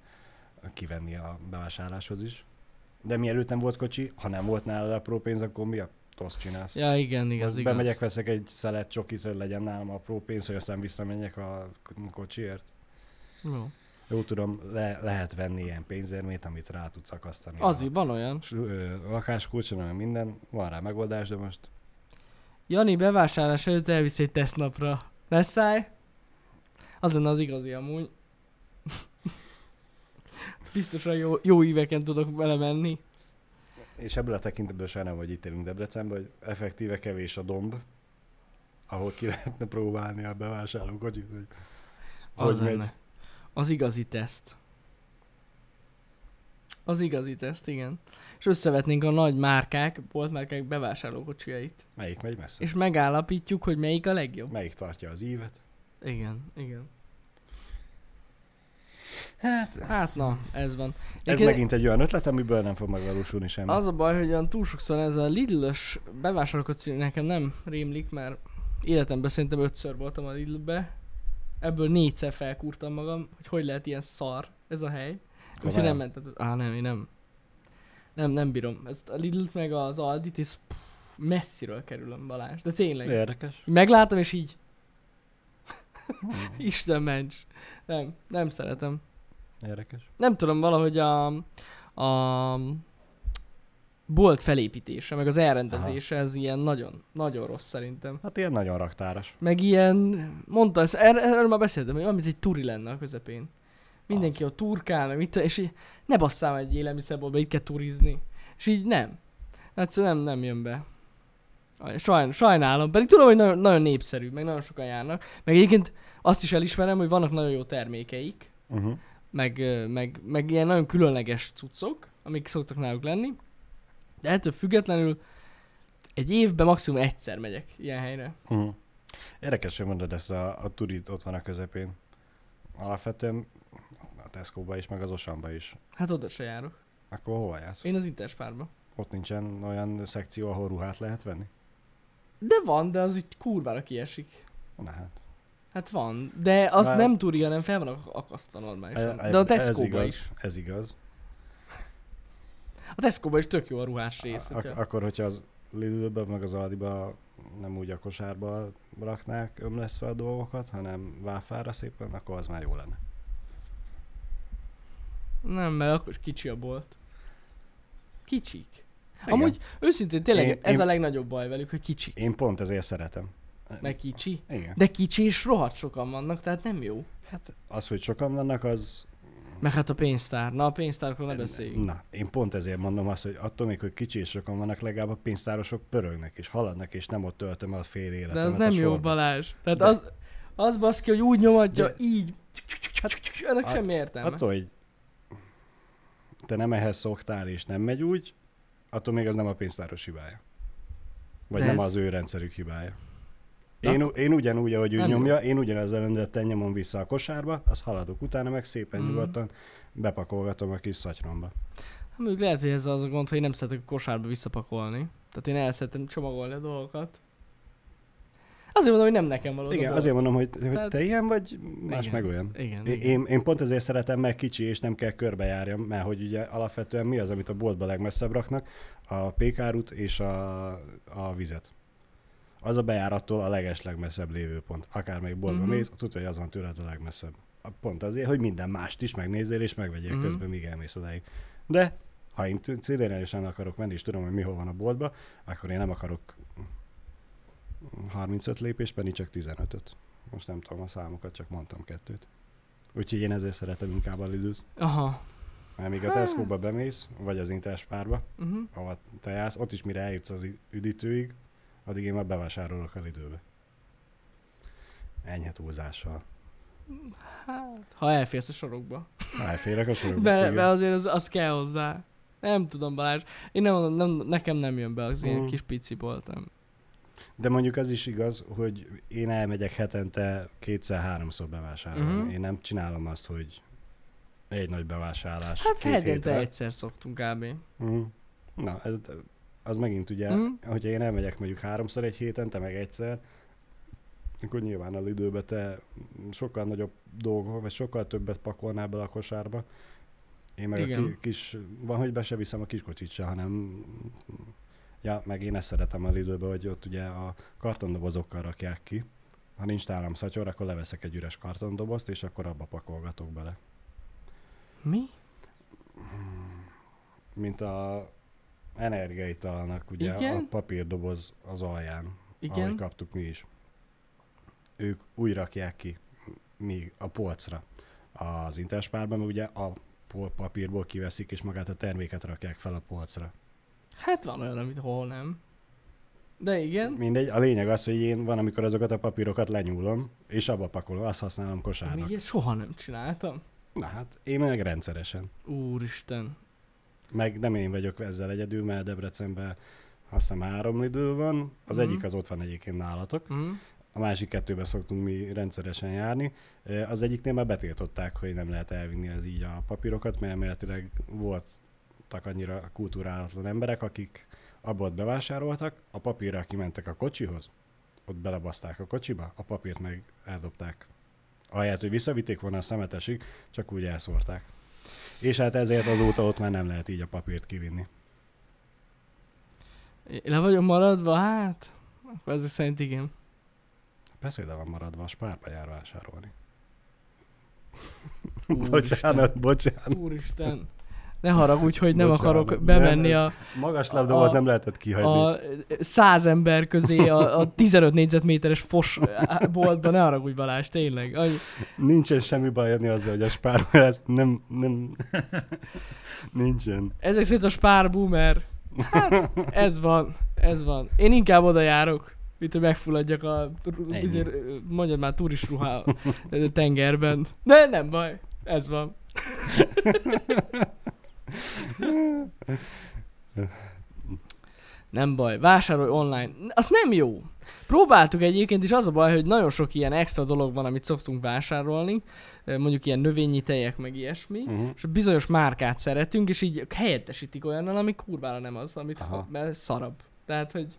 Speaker 2: kivenni a bevásárláshoz is. De mielőtt nem volt kocsi, ha nem volt nálad apró pénz, akkor mi a tosz csinálsz?
Speaker 1: Ja, igen, igaz,
Speaker 2: Most
Speaker 1: igaz.
Speaker 2: Bemegyek, veszek egy szelet csokit, hogy legyen nálam apró pénz, hogy aztán visszamenjek a k- kocsiért.
Speaker 1: Jó.
Speaker 2: Jó tudom, le- lehet venni ilyen pénzérmét, amit rá tudsz akasztani.
Speaker 1: Az
Speaker 2: a
Speaker 1: így, van olyan.
Speaker 2: s- ö, lakáskulcsra, meg minden, van rá megoldás, de most
Speaker 1: Jani bevásárlás előtt elvisz egy tesznapra. Ne száj? Az lenne az igazi amúgy. Biztosan jó, jó éveken tudok belemenni.
Speaker 2: És ebből a tekintetből sajnálom, hogy itt élünk Debrecenben, hogy effektíve kevés a domb, ahol ki lehetne próbálni a bevásárlókocsit, hogy
Speaker 1: Az
Speaker 2: hogy megy.
Speaker 1: lenne. Az igazi teszt. Az igazi teszt, igen. És összevetnénk a nagy márkák, boltmárkák bevásárlókocsijait.
Speaker 2: Melyik megy messze?
Speaker 1: És megállapítjuk, hogy melyik a legjobb.
Speaker 2: Melyik tartja az ívet?
Speaker 1: Igen, igen.
Speaker 2: Hát,
Speaker 1: Hát na, ez van.
Speaker 2: ez
Speaker 1: Nekem-
Speaker 2: megint egy olyan ötlet, amiből nem fog megvalósulni semmi.
Speaker 1: Az a baj, hogy olyan túl sokszor ez a Lidl-ös bevásárlókocsi nekem nem rémlik, mert életemben szerintem ötször voltam a Lidlbe. Ebből négyszer felkúrtam magam, hogy hogy lehet ilyen szar ez a hely. Úgyhogy
Speaker 2: Komolyan?
Speaker 1: nem mentem. Á, nem, én nem. Nem, nem bírom. Ezt a Lidl-t meg az Aldit, és pff, messziről kerülöm Balázs. De tényleg.
Speaker 2: Érdekes.
Speaker 1: Meglátom, és így. Isten ments. Nem, nem szeretem.
Speaker 2: Érdekes.
Speaker 1: Nem tudom, valahogy a, a bolt felépítése, meg az elrendezése, ez ilyen nagyon, nagyon rossz szerintem.
Speaker 2: Hát ilyen nagyon raktáras.
Speaker 1: Meg ilyen, mondta, ezt, erről, erről már beszéltem, hogy olyan, mint egy turi lenne a közepén. Mindenki ott turkál, meg mit, tudom, és így, ne basszál már egy élelmiszerboltba, itt kell turizni. És így nem. Egyszerűen nem, nem jön be. Aj, Sajn, sajnálom, pedig tudom, hogy nagyon, nagyon népszerű, meg nagyon sokan járnak. Meg egyébként azt is elismerem, hogy vannak nagyon jó termékeik,
Speaker 2: Uh-huh.
Speaker 1: meg, ö, meg, meg ilyen nagyon különleges cuccok, amik szoktak náluk lenni. De ettől függetlenül egy évben maximum egyszer megyek ilyen helyre.
Speaker 2: Uh-huh. Érdekes, hogy mondod ezt, a, a turit ott van a közepén. Alapvetően a Tesco-ba is, meg az Osanba is.
Speaker 1: Hát oda se járok.
Speaker 2: Akkor hova jársz?
Speaker 1: Én az interspárba.
Speaker 2: Ott nincsen olyan szekció, ahol ruhát lehet venni?
Speaker 1: De van, de az így kurvára kiesik.
Speaker 2: Na hát.
Speaker 1: Hát van, de az
Speaker 2: Már-
Speaker 1: nem turi, hanem fel van ak- akasztva normálisan.
Speaker 2: E- e-
Speaker 1: De a
Speaker 2: ez
Speaker 1: tesco
Speaker 2: igaz,
Speaker 1: is.
Speaker 2: Ez igaz.
Speaker 1: A tesco is tök jó a ruhás rész.
Speaker 2: A- ak-
Speaker 1: hogyha-
Speaker 2: akkor, hogyha az lidl meg az Aldiba nem úgy a kosárba raknák ömleszve a dolgokat, hanem váfára szépen, akkor az már jó lenne.
Speaker 1: Nem, mert akkor is kicsi a bolt. Kicsik.
Speaker 2: Igen.
Speaker 1: Igen. Amúgy őszintén tényleg
Speaker 2: Én-
Speaker 1: én, ez
Speaker 2: én-
Speaker 1: a legnagyobb baj velük, hogy kicsik.
Speaker 2: Én pont ezért szeretem.
Speaker 1: Meg kicsi.
Speaker 2: Igen.
Speaker 1: De kicsi és rohadt sokan vannak, tehát nem jó.
Speaker 2: Hát az, hogy sokan vannak, az...
Speaker 1: Meg hát a pénztár. Na, a pénztárokról ne beszéljünk.
Speaker 2: Na, én pont ezért mondom azt, hogy attól még, hogy kicsi és sokan vannak, legalább a pénztárosok pörögnek és haladnak, és nem ott töltöm a fél életemet
Speaker 1: De az
Speaker 2: a
Speaker 1: nem jó,
Speaker 2: sorban.
Speaker 1: Balázs. Tehát
Speaker 2: De-
Speaker 1: az, az baszki, hogy úgy nyomadja,
Speaker 2: De-
Speaker 1: így. Ennek
Speaker 2: Hát-
Speaker 1: semmi értelme.
Speaker 2: Attól, hogy te nem ehhez szoktál és nem megy úgy, attól még az nem a pénztáros hibája. Vagy
Speaker 1: De
Speaker 2: nem
Speaker 1: ez-
Speaker 2: az ő rendszerük hibája.
Speaker 1: De
Speaker 2: Én, u- én ugyanúgy, ahogy ő
Speaker 1: Nem jó.
Speaker 2: nyomja, én ugyanezzel rendettel nyomom vissza a kosárba, azt haladok utána, meg szépen
Speaker 1: Mhm.
Speaker 2: nyugodtan bepakolgatom a kis szatyromba.
Speaker 1: Hát Mondjuk lehet, hogy ez az a gond, hogy én nem szeretek a kosárba visszapakolni. Tehát én el szeretem csomagolni a dolgokat. Azért mondom, hogy nem nekem való. az a
Speaker 2: Igen,
Speaker 1: bolt.
Speaker 2: azért mondom, hogy, hogy
Speaker 1: Tehát-
Speaker 2: te ilyen vagy, más
Speaker 1: Igen.
Speaker 2: meg olyan.
Speaker 1: Igen,
Speaker 2: Én-
Speaker 1: igen.
Speaker 2: Én, én pont ezért szeretem, mert kicsi, és nem kell körbejárjam, mert hogy ugye alapvetően mi az, amit a boltba legmesszebb raknak? A pékárut és a, a vizet. Az a bejárattól a legeslegmesszebb lévő pont. Akármelyik boltba
Speaker 1: Mhm.
Speaker 2: uh-huh. mész, tudja, hogy az van tőled a legmesszebb. A- Pont azért, hogy minden mást is megnézzél, és megvegyél
Speaker 1: Mhm.
Speaker 2: uh-huh. közben, míg elmész odáig. De ha én t- célirányosan akarok menni, és tudom, hogy mihol van a boltba, akkor én nem akarok 35 lépést, pedig csak 15-öt. Most nem tudom a számokat, csak mondtam kettőt. Úgyhogy én ezért szeretem inkább a lidl
Speaker 1: Aha.
Speaker 2: mert még a
Speaker 1: Hát.
Speaker 2: Tesco-ba bemész, vagy az Interspárba,
Speaker 1: Uh-huh.
Speaker 2: ahova te jársz, ott is mire eljutsz az i- üdítőig, addig én már bevásárolok a lidl Enyhe túlzással.
Speaker 1: Hát, ha elférsz a sorokba.
Speaker 2: Ha Elférek a sorokba.
Speaker 1: Be,
Speaker 2: igen.
Speaker 1: be azért az, az kell hozzá. Nem tudom, Balázs. Én nem mondom, nem, nekem nem jön be az ilyen
Speaker 2: Mhm.
Speaker 1: kis pici voltam.
Speaker 2: De mondjuk az is igaz, hogy én elmegyek hetente kétszer-háromszor bevásárolni.
Speaker 1: Mhm.
Speaker 2: Én nem csinálom azt, hogy egy nagy bevásárlás
Speaker 1: Hát
Speaker 2: két
Speaker 1: hetente
Speaker 2: hétre.
Speaker 1: egyszer szoktunk kb.
Speaker 2: Mhm. Na, ez, az megint ugye,
Speaker 1: Mhm.
Speaker 2: hogyha én elmegyek mondjuk háromszor egy héten, te meg egyszer, akkor nyilván a időbe te sokkal nagyobb dolgok, vagy sokkal többet pakolnál bele a kosárba. Én meg Igen. a
Speaker 1: Igen.
Speaker 2: ki- kis, van, hogy be se viszem a kiskocsit se, hanem ja, meg én ezt szeretem a időbe, hogy ott ugye a kartondobozokkal rakják ki. Ha nincs nálam szatyor, akkor leveszek egy üres kartondobozt, és akkor abba pakolgatok bele.
Speaker 1: Mi?
Speaker 2: mint a energiaitalnak, ugye Igen? a
Speaker 1: Igen?
Speaker 2: papírdoboz az alján, Igen? ahogy
Speaker 1: Igen?
Speaker 2: kaptuk mi is. Ők úgy rakják ki még a polcra. Az interspárban meg ugye a pol- papírból kiveszik, és magát a terméket rakják fel a polcra.
Speaker 1: Hát van olyan, amit hol nem. De igen.
Speaker 2: Mindegy, a lényeg az, hogy én van, amikor azokat a papírokat lenyúlom, és abba pakolom, azt használom
Speaker 1: Még
Speaker 2: kosárnak.
Speaker 1: ilyet soha nem csináltam.
Speaker 2: Na hát, én meg rendszeresen.
Speaker 1: Úristen.
Speaker 2: Meg nem én vagyok ezzel egyedül, mert Debrecenben azt hiszem három idő van, az
Speaker 1: Mhm.
Speaker 2: egyik az ott van egyébként nálatok,
Speaker 1: Mm.
Speaker 2: A másik kettőbe szoktunk mi rendszeresen járni. Eh, Az egyiknél már betiltották, hogy nem lehet elvinni az így a papírokat, mert elméletileg voltak annyira kultúrálatlan emberek, akik abból ott bevásároltak, a papírral kimentek a kocsihoz, ott belebaszták a kocsiba, a papírt meg eldobták. Ahelyett, hogy visszavitték volna a szemetesig, csak úgy elszórták. És hát ezért azóta ott már nem lehet így a papírt kivinni.
Speaker 1: Le vagyok maradva, hát. Akkor ezek szerint igen.
Speaker 2: Persze, hogy le van maradva, a spárba jár vásárolni.
Speaker 1: Úristen.
Speaker 2: bocsánat, bocsánat.
Speaker 1: Úristen. Ne haragudj, hogy nem
Speaker 2: Bocsánat,
Speaker 1: akarok
Speaker 2: nem,
Speaker 1: bemenni
Speaker 2: ez-
Speaker 1: a,
Speaker 2: Magas labdabort
Speaker 1: A-
Speaker 2: nem lehetett kihagyni.
Speaker 1: a száz ember közé a, a 15 négyzetméteres fos boltba, ne haragudj Balázs, tényleg. Annyi-
Speaker 2: Nincsen semmi baj adni azzal, hogy a spárba ez nem, nem, nincsen.
Speaker 1: Ezek szerint a spár boomer. Hát, ez van, ez van. Én inkább oda járok, mint hogy megfulladjak a, izé,
Speaker 2: Ennyi.
Speaker 1: azért, mondjad már, turist ruhá tengerben. De nem baj, Ez van. Nem baj, vásárolj online. Az nem jó. Próbáltuk egyébként is, az a baj, hogy nagyon sok ilyen extra dolog van, amit szoktunk vásárolni, mondjuk ilyen növényi tejek, meg ilyesmi,
Speaker 2: Mhm.
Speaker 1: uh-huh. és bizonyos márkát szeretünk, és így helyettesítik olyannal, ami kurvára nem az, amit
Speaker 2: Aha.
Speaker 1: ha, mert szarabb. Tehát, hogy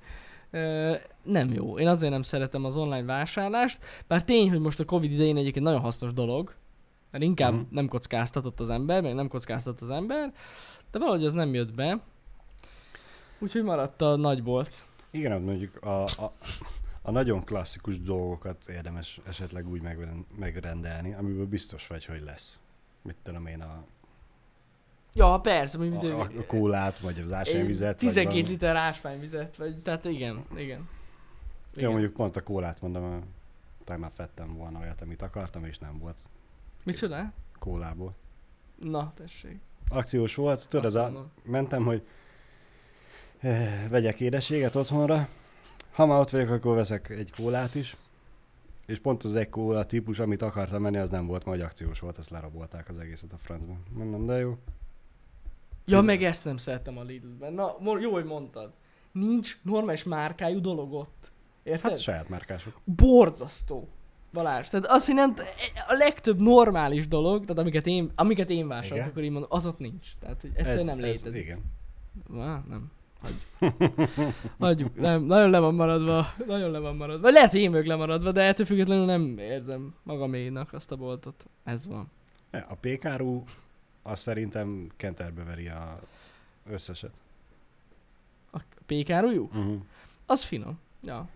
Speaker 1: ö, nem jó. Én azért nem szeretem az online vásárlást, bár tény, hogy most a Covid idején egyébként nagyon hasznos dolog, mert inkább
Speaker 2: Mhm.
Speaker 1: uh-huh. nem kockáztatott az ember, meg nem kockáztat az ember, de valahogy az nem jött be. Úgyhogy maradt a nagybolt.
Speaker 2: Igen, ott mondjuk a, a, a nagyon klasszikus dolgokat érdemes esetleg úgy megren- megrendelni, amiből biztos vagy, hogy lesz. Mit tudom én, a,
Speaker 1: Ja, persze, mi
Speaker 2: a, a kólát, vagy az ásványvizet. vagy
Speaker 1: 12
Speaker 2: valami-
Speaker 1: liter ásványvizet, vagy, tehát igen, igen.
Speaker 2: Jó, mondjuk pont a kólát mondom, mert talán már fettem volna olyat, amit akartam, és nem volt
Speaker 1: Micsoda?
Speaker 2: kólából.
Speaker 1: Na, tessék.
Speaker 2: Akciós volt, tudod, ez
Speaker 1: Azt
Speaker 2: a,
Speaker 1: mondom.
Speaker 2: mentem, hogy eh, vegyek édességet otthonra. Ha már ott vagyok, akkor veszek egy kólát is. És pont az egy kóla típus, amit akartam menni, az nem volt, majd akciós volt, ezt lerabolták az egészet a francban. Mondom, de jó.
Speaker 1: Ja,
Speaker 2: Fizet.
Speaker 1: meg ezt nem szeretem a Lidl-ben. Na, mo- jó, hogy mondtad. Nincs normális márkájú dolog ott. Érted?
Speaker 2: Hát saját márkások.
Speaker 1: Borzasztó. Balázs, tehát az, hogy nem, a legtöbb normális dolog, tehát amiket én, amiket én vásárolok,
Speaker 2: Igen.
Speaker 1: akkor így mondom, az ott nincs. Tehát, hogy egyszerűen nem létezik.
Speaker 2: Ez, igen.
Speaker 1: Á, nem. Hagyjuk. Hagyjuk. Nem, nagyon le van maradva. Nagyon le van maradva. Lehet, hogy én vagyok lemaradva, de ettől függetlenül nem érzem magaménak azt a boltot. Ez van.
Speaker 2: Ne, A pékárú, az szerintem kenterbe veri a összeset.
Speaker 1: A pékárujú?
Speaker 2: Uh-huh.
Speaker 1: Az finom. Ja.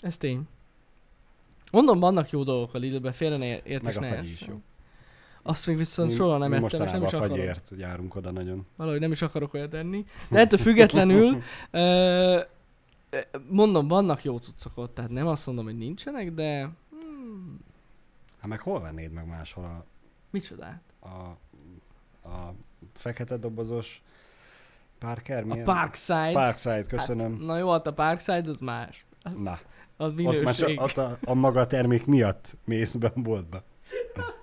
Speaker 1: Ez tény. Mondom, vannak jó dolgok a Lidlbe, félre ne értés
Speaker 2: Meg a
Speaker 1: ne
Speaker 2: fagyi
Speaker 1: érts.
Speaker 2: is jó.
Speaker 1: Azt még viszont soha nem
Speaker 2: mi
Speaker 1: ettem, és nem
Speaker 2: mostanában
Speaker 1: is
Speaker 2: a
Speaker 1: akarok.
Speaker 2: fagyért járunk oda nagyon.
Speaker 1: Valahogy nem is akarok olyat enni. De ettől függetlenül, ö, ö, mondom, vannak jó cuccok ott, tehát nem azt mondom, hogy nincsenek, de... Hmm,
Speaker 2: Hát meg hol vennéd meg máshol a,
Speaker 1: micsodát?
Speaker 2: a, a fekete dobozos Parker?
Speaker 1: A
Speaker 2: milyen?
Speaker 1: Parkside.
Speaker 2: Parkside, köszönöm.
Speaker 1: Hát, na jó, hát a Parkside az más. Az,
Speaker 2: Hát, Na,
Speaker 1: az
Speaker 2: ott, már
Speaker 1: minőség.
Speaker 2: csak,
Speaker 1: Ott
Speaker 2: ott a, a maga termék miatt mész be a boltba.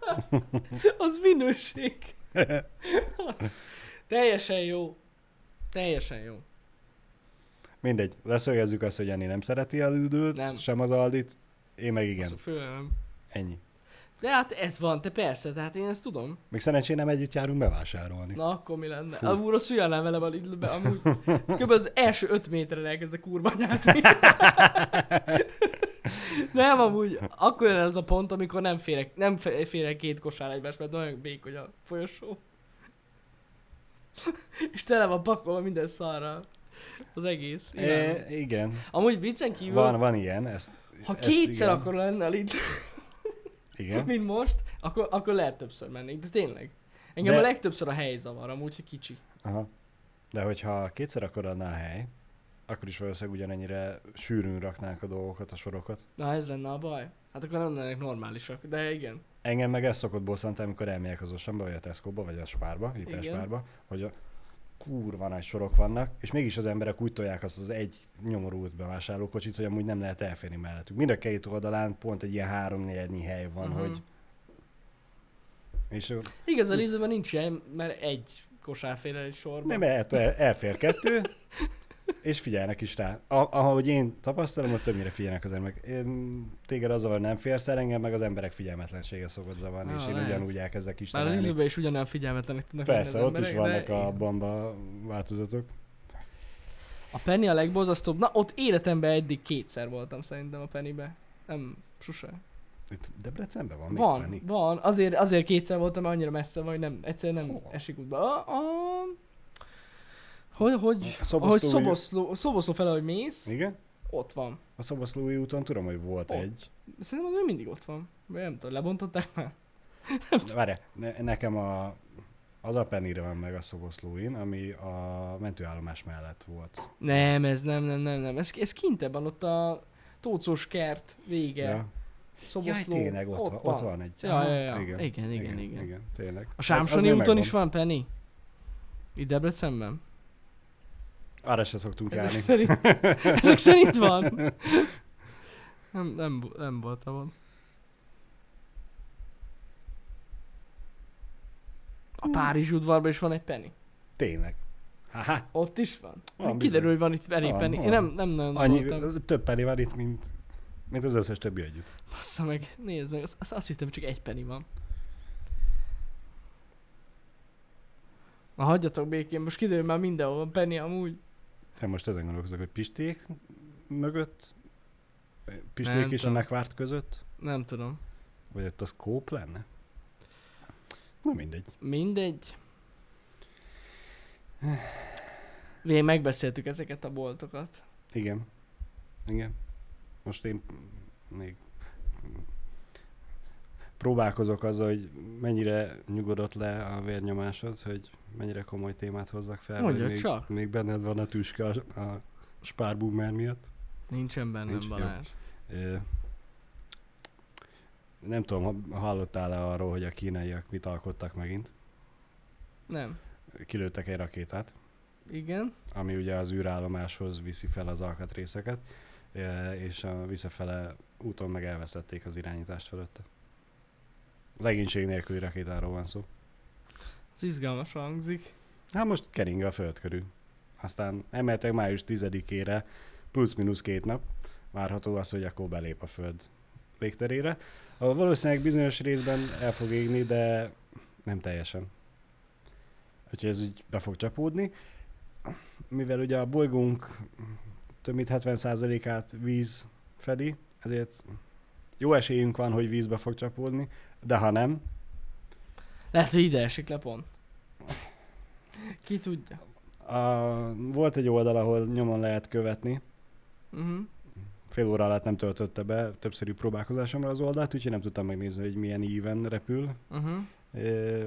Speaker 1: Az minőség. Teljesen jó. Teljesen jó.
Speaker 2: Mindegy, leszögezzük azt, hogy Jani nem szereti a üdőt,
Speaker 1: Nem.
Speaker 2: nem. sem az Aldit, én meg igen,
Speaker 1: Azt főleg nem.
Speaker 2: ennyi.
Speaker 1: De hát ez van, te persze, tehát én ezt tudom.
Speaker 2: Még szerencsére nem együtt járunk bevásárolni.
Speaker 1: Na akkor mi lenne?
Speaker 2: Fú.
Speaker 1: Fú. Amúgy a szüljelnál velem a Lidlbe, amúgy kb. az első öt méteren elkezd a kurva nyázni. nem, amúgy akkor jön el az a pont, amikor nem férek, nem fe- férek két kosár egymást, mert nagyon békony a folyosó. És tele van pakolva minden szarra. Az egész. Igen.
Speaker 2: É, E, igen,
Speaker 1: Amúgy viccen kívül,
Speaker 2: van, van ilyen, ezt
Speaker 1: ha
Speaker 2: ezt
Speaker 1: kétszer
Speaker 2: igen.
Speaker 1: akkor lenne a Lidl,
Speaker 2: igen.
Speaker 1: mint most, akkor, akkor lehet többször mennék, de tényleg. Engem
Speaker 2: De-
Speaker 1: a legtöbbször a hely zavar, amúgy, hogy kicsi.
Speaker 2: Aha. De hogyha kétszer akkor adná a hely, akkor is valószínűleg ugyanennyire sűrűn raknánk a dolgokat, a sorokat.
Speaker 1: Na ez lenne a baj. Hát akkor nem lennének normálisak, de igen.
Speaker 2: Engem meg ez szokott bosszantani, amikor elmegyek az Osambe, vagy a Tesco-ba, vagy a Spárba,
Speaker 1: Igen.
Speaker 2: a Spárba, hogy a kurva nagy sorok vannak, és mégis az emberek úgy tolják azt az egy nyomorult bevásárlókocsit, hogy amúgy nem lehet elférni mellettük. Mind a két oldalán pont egy ilyen három-négy hely van,
Speaker 1: Mhm.
Speaker 2: uh-huh. hogy... És ö,
Speaker 1: Igaz, a Lidlben nincs ilyen, mert egy kosár fér el egy sorban.
Speaker 2: nem el, el- elfér kettő, és figyelnek is rá. A, ahogy én tapasztalom, ott többnyire figyelnek az emberek. Én, téged az zavar nem férsz el, engem meg az emberek figyelmetlensége szokott zavarni,
Speaker 1: Ah,
Speaker 2: és én
Speaker 1: lehet.
Speaker 2: ugyanúgy elkezdek is
Speaker 1: Már a Lidlben is ugyanolyan figyelmetlenek tudnak lenni
Speaker 2: Persze,
Speaker 1: az
Speaker 2: ott is
Speaker 1: emberek,
Speaker 2: vannak
Speaker 1: de
Speaker 2: a
Speaker 1: igen.
Speaker 2: bamba változatok.
Speaker 1: A Penny a legborzasztóbb. Na, ott életemben eddig kétszer voltam szerintem a Pennybe. Nem, sose.
Speaker 2: Itt Debrecenben van még
Speaker 1: Van,
Speaker 2: Pani?
Speaker 1: van. Azért, azért kétszer voltam, mert annyira messze van, hogy nem, egyszerűen nem
Speaker 2: Hol?
Speaker 1: esik útba. A, a... Hogy, hogy,
Speaker 2: A Szoboszlói-
Speaker 1: ahogy szoboszló, szoboszló fel, ahogy mész,
Speaker 2: Igen?
Speaker 1: ott van.
Speaker 2: A Szoboszlói úton tudom, hogy volt
Speaker 1: Ott.
Speaker 2: egy.
Speaker 1: Szerintem az még mindig ott van. Vagy Nem tudom, lebontották már?
Speaker 2: De Várj, ne, nekem a, az a Pennyre van meg a Szoboszlóin, ami a mentőállomás mellett volt.
Speaker 1: Nem, ez nem, nem, nem, nem. Ez, ez kintebb van, ott a Tócos kert vége. Ja.
Speaker 2: Jaj,
Speaker 1: Szoboszló.
Speaker 2: tényleg ott, ott, van. ott van egy.
Speaker 1: Ja,
Speaker 2: Aha,
Speaker 1: ja, ja. Igen, igen, igen.
Speaker 2: igen,
Speaker 1: igen.
Speaker 2: tényleg.
Speaker 1: A
Speaker 2: Az-
Speaker 1: Sámsoni
Speaker 2: az
Speaker 1: úton
Speaker 2: még
Speaker 1: is
Speaker 2: megvan.
Speaker 1: van Penny? Itt Debrecenben?
Speaker 2: Arra se szoktunk
Speaker 1: Ezek
Speaker 2: járni.
Speaker 1: szerint, ezek szerint van. Nem, nem, vo- nem voltam ott.
Speaker 2: Hmm.
Speaker 1: a Párizs udvarban is van egy Penny.
Speaker 2: Tényleg. Haha,
Speaker 1: Ott is van?
Speaker 2: Van
Speaker 1: van Kiderül,
Speaker 2: bizony.
Speaker 1: hogy van itt Penny.
Speaker 2: Van,
Speaker 1: penny. Én
Speaker 2: van.
Speaker 1: nem, nem nagyon
Speaker 2: annyi,
Speaker 1: voltam.
Speaker 2: több penny van itt, mint, mint az összes többi együtt.
Speaker 1: Bassza meg, nézd meg, azt, azt- azt hittem csak egy penny van. Na hagyjatok békén, most kiderül már mindenhol van penny amúgy.
Speaker 2: Én most ezen gondolkozok, hogy Pisték mögött, Pisték
Speaker 1: Nem
Speaker 2: és
Speaker 1: tudom.
Speaker 2: a Nekvárt között,
Speaker 1: Nem tudom.
Speaker 2: vagy ott az kóp lenne? Na mindegy.
Speaker 1: Mindegy. Végén megbeszéltük ezeket a boltokat.
Speaker 2: Igen. Igen. Most én még próbálkozok azzal, hogy mennyire nyugodott le a vérnyomásod, hogy mennyire komoly témát hozzak fel. vagy
Speaker 1: Mondja
Speaker 2: még,
Speaker 1: csak.
Speaker 2: Még benned van a tüske a, a spárboomer miatt.
Speaker 1: Nincsen bennem
Speaker 2: Nincs,
Speaker 1: Nincs,
Speaker 2: jó.
Speaker 1: Balázs.
Speaker 2: Ö, Nem tudom, ha hallottál-e arról, hogy a kínaiak mit alkottak megint.
Speaker 1: Nem.
Speaker 2: Kilőttek egy rakétát,
Speaker 1: Igen.
Speaker 2: ami ugye az űrállomáshoz viszi fel az alkatrészeket, ö, és a visszafele úton meg elvesztették az irányítást fölötte. Legénység nélküli rakétáról van szó.
Speaker 1: Ez izgalmas hangzik.
Speaker 2: Hát most kering a föld körül. Aztán emeltek május 10-ére, plusz-minusz két nap, várható az, hogy akkor belép a föld légterére. A valószínűleg bizonyos részben el fog égni, de nem teljesen. Úgyhogy ez úgy be fog csapódni. Mivel ugye a bolygónk több mint 70%-át víz fedi, ezért jó esélyünk van, hogy vízbe fog csapódni, de ha nem,
Speaker 1: Lehet, hogy ide esik le pont. Ki tudja.
Speaker 2: a, volt egy oldal, ahol nyomon lehet követni,
Speaker 1: Uh-huh.
Speaker 2: fél óra alatt nem töltötte be többszörű próbálkozásomra az oldalt, úgyhogy nem tudtam megnézni, hogy milyen íven repül.
Speaker 1: Uh-huh.
Speaker 2: Ö,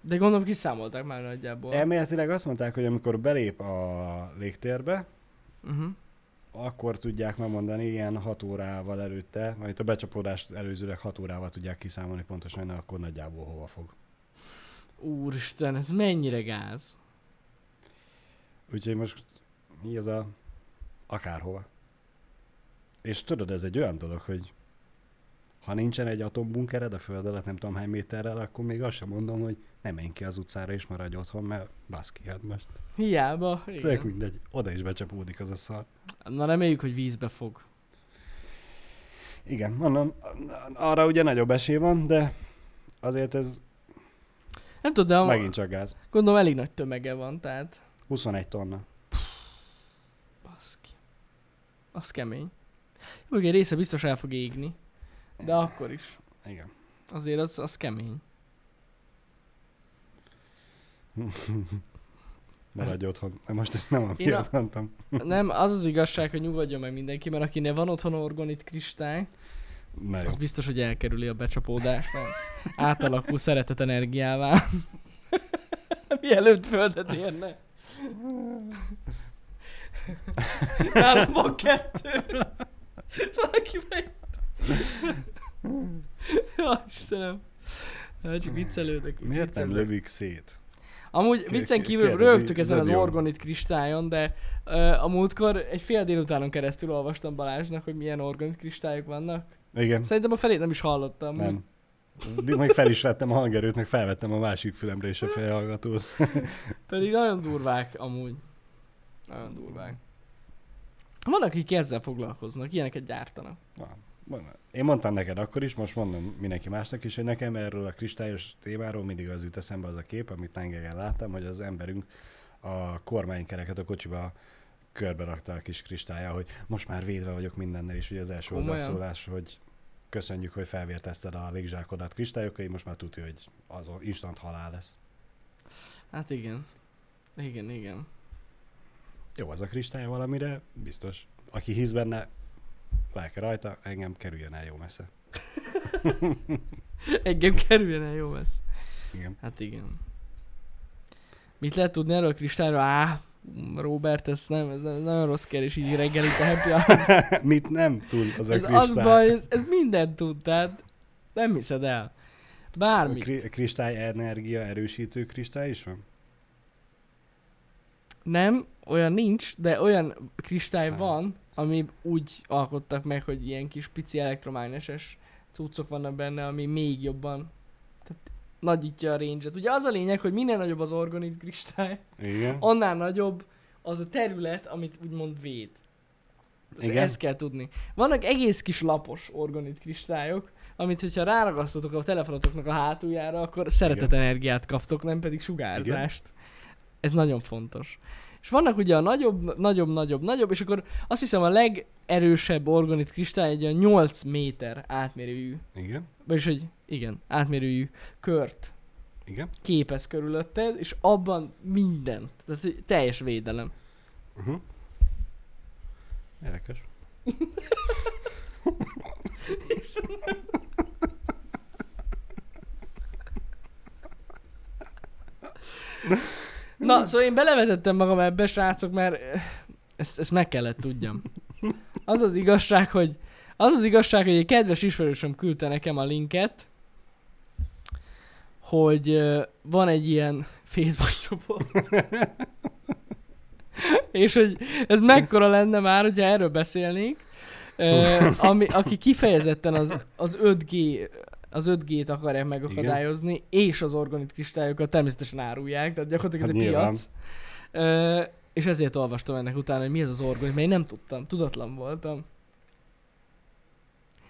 Speaker 1: De gondolom kiszámolták már nagyjából.
Speaker 2: Elméletileg azt mondták, hogy amikor belép a légtérbe,
Speaker 1: uh-huh.
Speaker 2: akkor tudják megmondani ilyen 6 órával előtte, majd a becsapódást előzőleg 6 órával tudják kiszámolni pontosan, hogy na, akkor nagyjából hova fog.
Speaker 1: Úristen, ez mennyire gáz.
Speaker 2: Úgyhogy most mi ez a akárhova. És tudod, ez egy olyan dolog, hogy ha nincsen egy atombunkered a föld alatt nem tudom hány méterrel, akkor még azt sem mondom, hogy nem menj ki az utcára és maradj otthon, mert baszki, hát most.
Speaker 1: Hiába.
Speaker 2: Tök
Speaker 1: Igen.
Speaker 2: mindegy, oda is becsapódik az a szar.
Speaker 1: Na reméljük, hogy vízbe fog.
Speaker 2: Igen, mondom, arra ugye nagyobb esély van, de azért ez
Speaker 1: Nem tudom, de
Speaker 2: megint csak gáz.
Speaker 1: gondolom elég nagy tömege van, tehát
Speaker 2: 21 tonna.
Speaker 1: baszki. Az kemény. Jó, egy része biztos el fog égni, de akkor is.
Speaker 2: Igen.
Speaker 1: Azért az, az kemény.
Speaker 2: Maradj otthon. Most ezt nem
Speaker 1: Én a-
Speaker 2: amiatt mondtam.
Speaker 1: Nem, az az igazság, hogy nyugodjon meg mindenki, mert akinél van otthon orgonit kristály,
Speaker 2: Na jó.
Speaker 1: az biztos, hogy elkerüli a becsapódást. nem? Átalakul szeretet energiává. Mielőtt földet érne. Nálam van kettő. Valaki meg... Ja, Istenem. Na, csak viccelődök. itt
Speaker 2: Miért nem
Speaker 1: viccelődök.
Speaker 2: lövik szét?
Speaker 1: Amúgy
Speaker 2: Ki-
Speaker 1: viccen
Speaker 2: ki-
Speaker 1: kívül
Speaker 2: kérdezi
Speaker 1: rögtük ezen az
Speaker 2: Zedion.
Speaker 1: orgonit kristályon, de ö, a múltkor egy fél délutánon keresztül olvastam Balázsnak, hogy milyen orgonit kristályok vannak.
Speaker 2: Igen.
Speaker 1: Szerintem a felét nem is hallottam.
Speaker 2: Nem. De Még fel is vettem a hangerőt, meg felvettem a másik fülemre is a fejhallgatót.
Speaker 1: Pedig nagyon durvák amúgy. Nagyon durvák. Vannak, akik ezzel foglalkoznak, ilyeneket gyártanak.
Speaker 2: Na, van- Én mondtam neked akkor is, most mondom mindenki másnak is, hogy nekem erről a kristályos témáról mindig az jut eszembe az a kép, amit tengeren láttam, hogy az emberünk a kormánykereket a kocsiba körbe rakta a kis kristálya, hogy most már védve vagyok mindennel, és ugye az első
Speaker 1: Komolyan?
Speaker 2: hozzászólás, hogy köszönjük, hogy felvértezted a légzsákodat kristályokkal, így most már tudja, hogy az instant halál lesz.
Speaker 1: Hát igen. Igen, igen.
Speaker 2: Jó, az a kristály valamire, biztos. Aki hisz benne, lelke rajta, engem kerüljön el jó messze.
Speaker 1: Engem kerüljen el, jó lesz.
Speaker 2: Igen.
Speaker 1: Hát igen. Mit lehet tudni erről a kristályról? Á, Robert, ez nem, ez nem- nagyon rossz kérdés, így reggel itt a happy hour
Speaker 2: Mit nem tud az a
Speaker 1: Ez
Speaker 2: kristály?
Speaker 1: az baj, ez, ez mindent tud, tehát nem hiszed el.
Speaker 2: A
Speaker 1: Bármi.
Speaker 2: kri- kristály energia erősítő kristály is van?
Speaker 1: Nem, olyan nincs, de olyan kristály
Speaker 2: Hát.
Speaker 1: van, ami úgy alkottak meg, hogy ilyen kis pici elektromágneses cuccok vannak benne, ami még jobban. Tehát nagyítja a range Ugye az a lényeg, hogy minél nagyobb az orgonit kristály,
Speaker 2: Igen.
Speaker 1: annál nagyobb az a terület, amit úgymond véd. Tehát
Speaker 2: Igen.
Speaker 1: Ezt kell tudni. Vannak egész kis lapos orgonit kristályok, amit hogyha ráragasztotok a telefonotoknak a hátuljára, akkor szeretet energiát kaptok, nem pedig sugárzást. Ez nagyon fontos. És vannak ugye a nagyobb, nagyobb, nagyobb, nagyobb, és akkor azt hiszem a legerősebb orgonit kristály egy olyan 8 méter átmérőjű,
Speaker 2: Igen.
Speaker 1: vagyis hogy igen, átmérőjű kört
Speaker 2: Igen.
Speaker 1: képez körülötted, és abban mindent. Tehát hogy teljes védelem.
Speaker 2: Uh-huh. Érdekes.
Speaker 1: Na, szóval én belevetettem magam ebbe, srácok, mert eh, ezt, ezt meg kellett tudjam. Az az igazság, hogy az az igazság, hogy egy kedves ismerősöm küldte nekem a linket, hogy eh, van egy ilyen Facebook csoport. És hogy ez mekkora lenne már, hogyha erről beszélnénk, eh, ami, aki kifejezetten az, az 5G az 5G-t akarják megakadályozni, Igen. és az organit kristályokat természetesen árulják, tehát gyakorlatilag
Speaker 2: Hát
Speaker 1: ez egy
Speaker 2: nyilván.
Speaker 1: piac. Ö, és ezért olvastam ennek utána, hogy mi ez az orgonit, mert én nem tudtam, tudatlan voltam.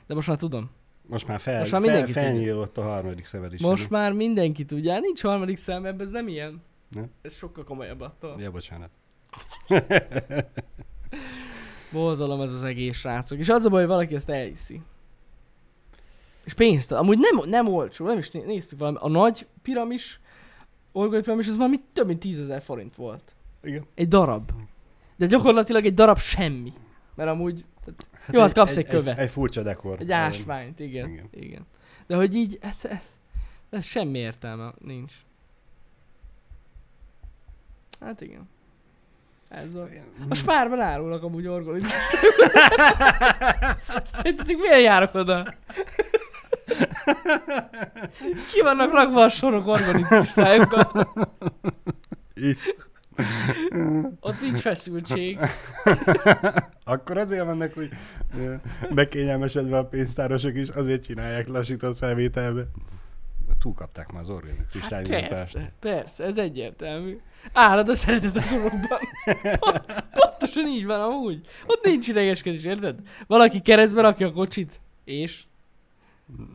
Speaker 1: De most már tudom.
Speaker 2: Most már, fel,
Speaker 1: Most
Speaker 2: Most
Speaker 1: már
Speaker 2: már
Speaker 1: mindenki
Speaker 2: fel,
Speaker 1: tudja.
Speaker 2: felnyílott a harmadik szemed is.
Speaker 1: Most már mindenki tudja, Hát nincs harmadik szem, ebben ez nem ilyen.
Speaker 2: Nem.
Speaker 1: Ez sokkal komolyabb attól.
Speaker 2: Ja, bocsánat.
Speaker 1: Borzalom ez az egész, srácok. És az a baj, hogy valaki ezt elhiszi. És pénzt, amúgy nem, nem olcsó, nem is né- néztük valami. A nagy piramis, orgony piramis, az valami több mint 10 000 forint volt.
Speaker 2: Igen.
Speaker 1: Egy darab. De gyakorlatilag egy darab semmi. Mert amúgy
Speaker 2: Hát
Speaker 1: Jó, hát kapsz egy követ.
Speaker 2: Egy, egy furcsa dekor.
Speaker 1: egy ásványt, igen. Igen.
Speaker 2: Igen.
Speaker 1: igen. De hogy így, ez, ez, ez semmi értelme nincs. Hát igen. Ez van. A spárban árulnak amúgy orgolit. Szerintetek miért járok oda? Ki vannak rakva a sorok orgonitistájukkal? Ott nincs feszültség.
Speaker 2: Akkor azért vannak, hogy ö, bekényelmesedve a pénztárosok is, azért csinálják lassított felvételbe. Túlkapták már az orgán
Speaker 1: Hát
Speaker 2: kristálynyomtást.
Speaker 1: persze, persze, ez egyértelmű. Árad a szeretet a sorokban. Pont- Pontosan így van amúgy. Ott nincs idegeskedés, érted? Valaki keresztbe rakja a kocsit, és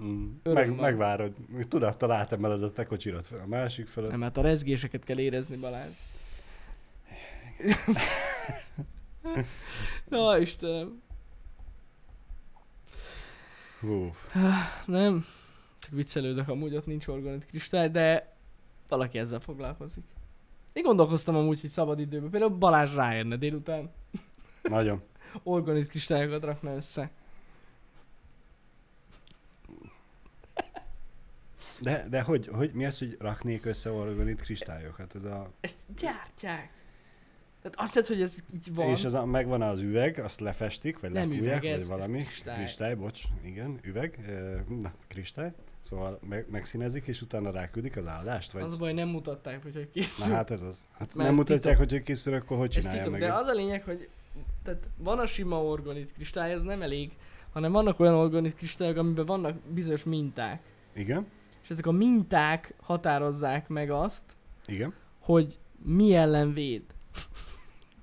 Speaker 2: Mm.
Speaker 1: Öröm
Speaker 2: Meg,
Speaker 1: van.
Speaker 2: megvárod, tudattal átemeled a te kocsirat fel a másik fölött.
Speaker 1: Nem, hát a rezgéseket kell érezni, Balázs. Na, Istenem.
Speaker 2: Hú,
Speaker 1: Nem. Csak viccelődök, amúgy ott nincs organit kristály, de valaki ezzel foglalkozik. Én gondolkoztam amúgy, hogy szabad időben. Például Balázs ráérne délután.
Speaker 2: nagyon.
Speaker 1: Organit kristályokat rakna össze.
Speaker 2: De, de hogy, hogy, mi az, hogy raknék össze orgonit kristályokat? Hát Ez a,
Speaker 1: Ezt gyártják. Tehát azt hiszed, hogy ez így van.
Speaker 2: és az a, megvan az üveg, azt lefestik, vagy
Speaker 1: Nem
Speaker 2: lefújják,
Speaker 1: üveg ez,
Speaker 2: vagy valami.
Speaker 1: ez kristály.
Speaker 2: kristály. bocs, igen, üveg, ö, na, kristály. Szóval meg, megszínezik, és utána ráküldik az áldást, vagy...
Speaker 1: Az a baj, nem mutatták, hogy hogy készül.
Speaker 2: Na hát ez az. Hát
Speaker 1: Mert
Speaker 2: nem
Speaker 1: ez
Speaker 2: mutatják,
Speaker 1: titok.
Speaker 2: hogy ő készül, akkor hogy
Speaker 1: Ez
Speaker 2: csinálja
Speaker 1: titok,
Speaker 2: meg.
Speaker 1: de az a lényeg, hogy tehát van a sima orgonit kristály, ez nem elég, hanem vannak olyan orgonit kristályok, amiben vannak bizonyos minták.
Speaker 2: Igen,
Speaker 1: És ezek a minták határozzák meg azt,
Speaker 2: igen.
Speaker 1: hogy mi ellen véd.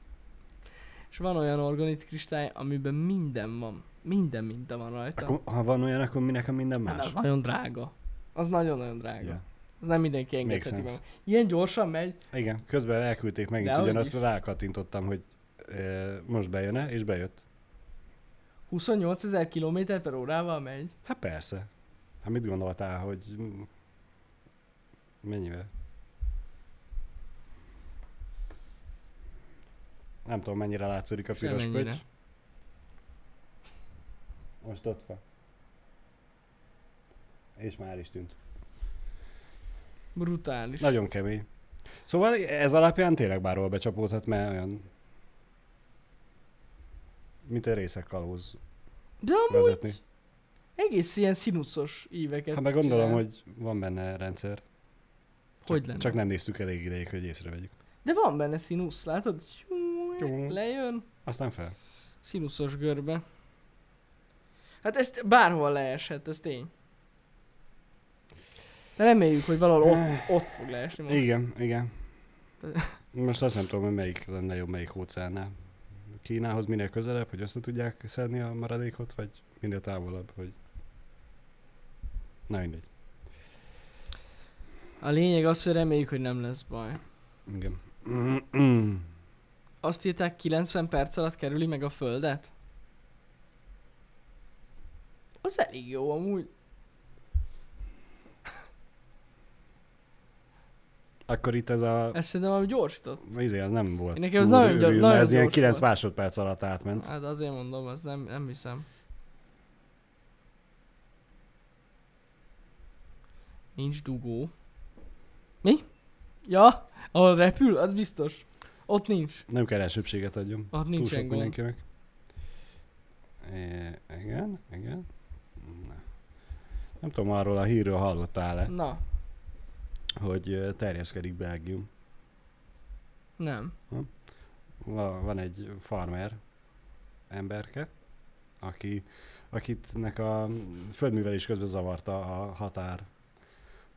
Speaker 1: És van olyan orgonit kristály, amiben minden van. Minden minta van rajta.
Speaker 2: Akkor, ha van olyan, akkor minek a minden
Speaker 1: Hát, de
Speaker 2: más?
Speaker 1: az nagyon drága. Az nagyon-nagyon drága.
Speaker 2: Ja.
Speaker 1: Az nem mindenki engedheti
Speaker 2: sense.
Speaker 1: meg. Ilyen gyorsan megy,
Speaker 2: Igen, közben elküldték megint
Speaker 1: De
Speaker 2: de
Speaker 1: hogy
Speaker 2: ugyanazt,
Speaker 1: is.
Speaker 2: rákattintottam, hogy e, most bejön-e, és bejött.
Speaker 1: 28 ezer km per órával megy.
Speaker 2: Hát persze. Hát mit gondoltál, hogy mm, mennyivel? Nem tudom, mennyire látszódik a piros
Speaker 1: Semennyire.
Speaker 2: pöcs. Most ott van. És már is tűnt.
Speaker 1: Brutális.
Speaker 2: Nagyon kemény. Szóval ez alapján tényleg bárhol becsapódhat, mert olyan... Mint egy részekkalóz
Speaker 1: De
Speaker 2: vezetni.
Speaker 1: Egész ilyen színuszos íveket.
Speaker 2: Hát meg gondolom,
Speaker 1: csinál.
Speaker 2: hogy van benne rendszer. Csak,
Speaker 1: Hogy lenne?
Speaker 2: Csak nem néztük elég ideig, hogy észrevegyük.
Speaker 1: De van benne színusz, látod?
Speaker 2: Jó.
Speaker 1: Lejön.
Speaker 2: Aztán fel.
Speaker 1: Színuszos görbe. Hát ezt bárhol leeshet, ez tény. De reméljük, hogy valahol ott, ott fog leesni most.
Speaker 2: Igen, igen. Most azt nem tudom, hogy melyik lenne jobb, melyik óceánnál. Kínához minél közelebb, hogy össze tudják szedni a maradékot, vagy minél távolabb, hogy... Na mindegy.
Speaker 1: A lényeg az, hogy reméljük, hogy nem lesz baj.
Speaker 2: Igen.
Speaker 1: Azt írták, 90 perc alatt kerüli meg a földet? Az elég jó amúgy.
Speaker 2: Akkor itt ez a...
Speaker 1: Ez szerintem valami gyorsított.
Speaker 2: Izé, az nem volt.
Speaker 1: Én nekem az nagyon gyors-
Speaker 2: rövid,
Speaker 1: nagyon
Speaker 2: mert ez ilyen
Speaker 1: gyors
Speaker 2: 9
Speaker 1: volt.
Speaker 2: másodperc alatt átment.
Speaker 1: Hát azért mondom, az nem, nem hiszem. Nincs dugó. Mi? Ja, ahol repül, az biztos. Ott nincs.
Speaker 2: Nem kell elsőbséget adjon.
Speaker 1: Ott
Speaker 2: Túl sok
Speaker 1: nincsen Ah, gond.
Speaker 2: mindenkinek. É, igen, igen. Na. Nem tudom, arról a hírről hallottál-e,
Speaker 1: Na,
Speaker 2: hogy ö, terjeszkedik Belgium.
Speaker 1: nem.
Speaker 2: Va- Van egy farmer emberke, aki, akitnek a földművelés közben zavarta a határ,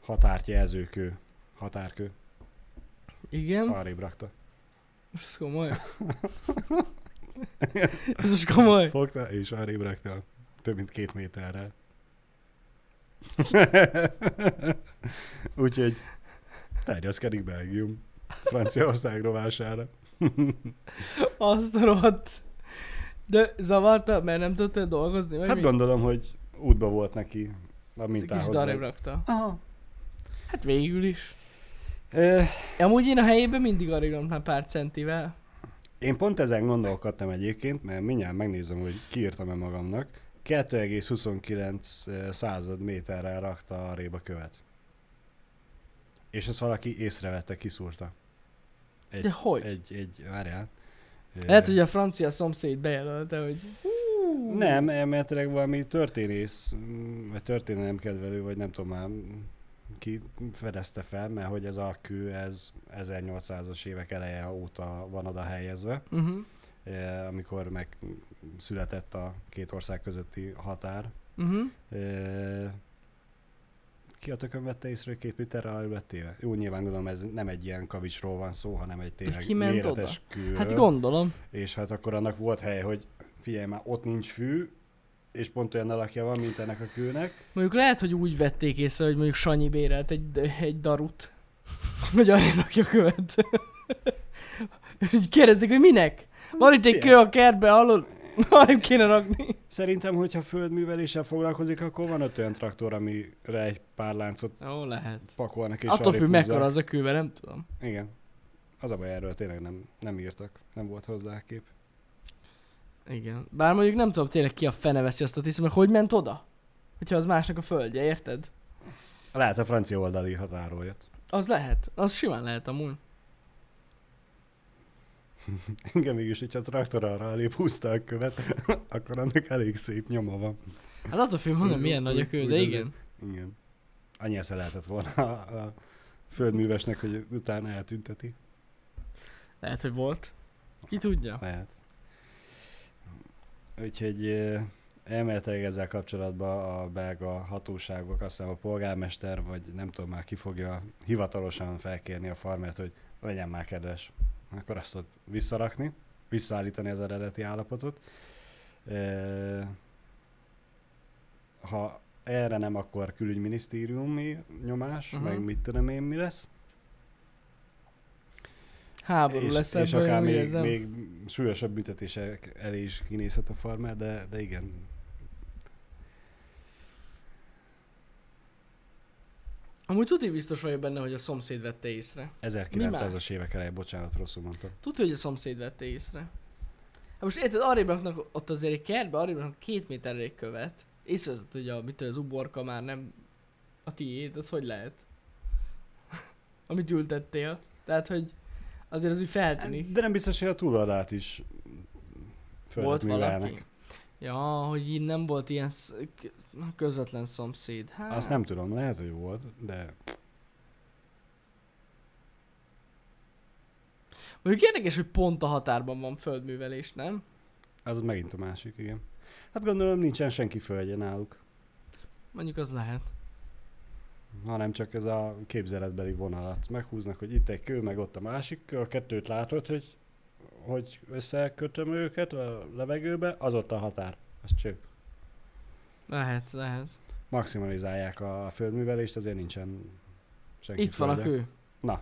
Speaker 2: határt jelzőkő, határkő,
Speaker 1: Igen?
Speaker 2: arrébb rakta.
Speaker 1: Most ez komoly. ez most komoly.
Speaker 2: Fogta és arrébb rakta több mint két méterre. Úgyhogy terjeszkedik Belgium Franciaország rovására.
Speaker 1: Azt a rohadt. De zavarta, mert nem tudta dolgozni, vagy
Speaker 2: Hát
Speaker 1: mi?
Speaker 2: gondolom, hogy útba volt neki a
Speaker 1: Ez egy kis
Speaker 2: mintához.
Speaker 1: darab
Speaker 2: vagy-
Speaker 1: rakta.
Speaker 2: Aha.
Speaker 1: Hát végül is.
Speaker 2: Ö,
Speaker 1: Amúgy én a helyében mindig arra írtam pár centivel.
Speaker 2: Én pont ezen gondolkodtam egyébként, mert mindjárt megnézem, hogy kiírtam-e magamnak. 2,29 eh, század méterrel rakta a réba követ. És ezt valaki észrevette, kiszúrta. Egy,
Speaker 1: De hogy?
Speaker 2: Egy, egy, várjál. Eh, Ö,
Speaker 1: Lehet, hogy a francia szomszéd bejelölte, hogy hú,
Speaker 2: Nem, elméletileg valami történész, mm, vagy történelemkedvelő, vagy nem tudom már mm, ki fedezte fel, mert hogy ez a kő, ez 1800-as évek eleje óta van oda helyezve.
Speaker 1: Uh-huh.
Speaker 2: eh, amikor meg született a két ország közötti határ.
Speaker 1: Uh-huh.
Speaker 2: Eh, Ki a tökön vette észre, hogy két méterre alá lett téve? Jó, nyilván gondolom ez nem egy ilyen kavicsról van szó, hanem egy tényleg
Speaker 1: ki ment
Speaker 2: méretes kő.
Speaker 1: Hát gondolom.
Speaker 2: És hát akkor annak volt helye, hogy figyelj már, ott nincs fű, és pont olyan alakja van, mint ennek a kőnek.
Speaker 1: Mondjuk lehet, hogy úgy vették észre, hogy mondjuk Sanyi bérelt egy, egy darut. Hogy arra rakja követ. Úgy Kérdezték, hogy minek? Van itt egy kő a kertbe alul, arra kéne rakni.
Speaker 2: Szerintem, hogyha földműveléssel foglalkozik, akkor van öt olyan traktor, amire egy pár láncot
Speaker 1: Ó, lehet.
Speaker 2: pakolnak és
Speaker 1: Attól
Speaker 2: arrébb
Speaker 1: függ, mekkora
Speaker 2: húzzák.
Speaker 1: az a kőve, nem tudom.
Speaker 2: Igen. Az a baj, erről tényleg nem, nem írtak. Nem volt hozzá kép.
Speaker 1: Igen. Bár mondjuk nem tudom tényleg ki a fene veszi azt a tisztát, mert hogy ment oda? Hogyha az másnak a földje, érted?
Speaker 2: Lehet a francia oldali határól jött.
Speaker 1: Az lehet. Az simán lehet amúgy.
Speaker 2: Engem mégis, hogyha a traktor arra elé húzta a követ, akkor annak elég szép nyoma van.
Speaker 1: Hát attól függ, mondom, milyen nagy a kő, de
Speaker 2: Úgy- úgy
Speaker 1: igen.
Speaker 2: Igen. Annyi esze lehetett volna a, a földművesnek, hogy utána eltünteti.
Speaker 1: Lehet, hogy volt. Ki tudja?
Speaker 2: Lehet. Úgyhogy eh, elméletileg ezzel kapcsolatban a belga hatóságok, azt hiszem a polgármester, vagy nem tudom már ki fogja hivatalosan felkérni a farmert, hogy legyen már kedves. Akkor azt ott visszarakni, visszaállítani az eredeti állapotot. Eh, Ha erre nem, akkor külügyminisztériumi nyomás,
Speaker 1: Mhm.
Speaker 2: uh-huh. meg mit tudom én mi lesz.
Speaker 1: Háború
Speaker 2: És,
Speaker 1: lesz
Speaker 2: és
Speaker 1: ebből,
Speaker 2: akár
Speaker 1: én úgy
Speaker 2: még,
Speaker 1: érzem.
Speaker 2: még súlyosabb büntetések elé is kinézhet a farmer, de, de igen.
Speaker 1: Amúgy tuti biztos vagyok benne, hogy a szomszéd vette észre.
Speaker 2: 1900-as évek elején, bocsánat, rosszul mondtam.
Speaker 1: Tudja, hogy a szomszéd vette észre. Hát most érted, arrébb raknak ott azért egy kertbe, arrébb raknak két méterre egy követ. Észreveszed, hogy a, mit tudom, az uborka már nem a tiéd, az hogy lehet? Amit ültettél. Tehát, hogy azért az úgy feltűnik.
Speaker 2: De nem biztos, hogy a túloldalt is földet
Speaker 1: Volt valaki?
Speaker 2: művelnek.
Speaker 1: Ja, hogy így nem volt ilyen sz- k- közvetlen szomszéd. Hát,
Speaker 2: Azt nem tudom, lehet, hogy volt, de
Speaker 1: Mondjuk érdekes, hogy pont a határban van földművelés, nem?
Speaker 2: az megint a másik, igen. Hát gondolom nincsen senki földje náluk.
Speaker 1: Mondjuk az lehet.
Speaker 2: hanem csak ez a képzeletbeli vonalat. Meghúznak, hogy itt egy kő, meg ott a másik kő, a kettőt látod, hogy, hogy összekötöm őket a levegőbe, az ott a határ. Az cső.
Speaker 1: Lehet, lehet.
Speaker 2: Maximalizálják a földművelést, azért nincsen senki
Speaker 1: Itt van a
Speaker 2: földje.
Speaker 1: kő.
Speaker 2: Na.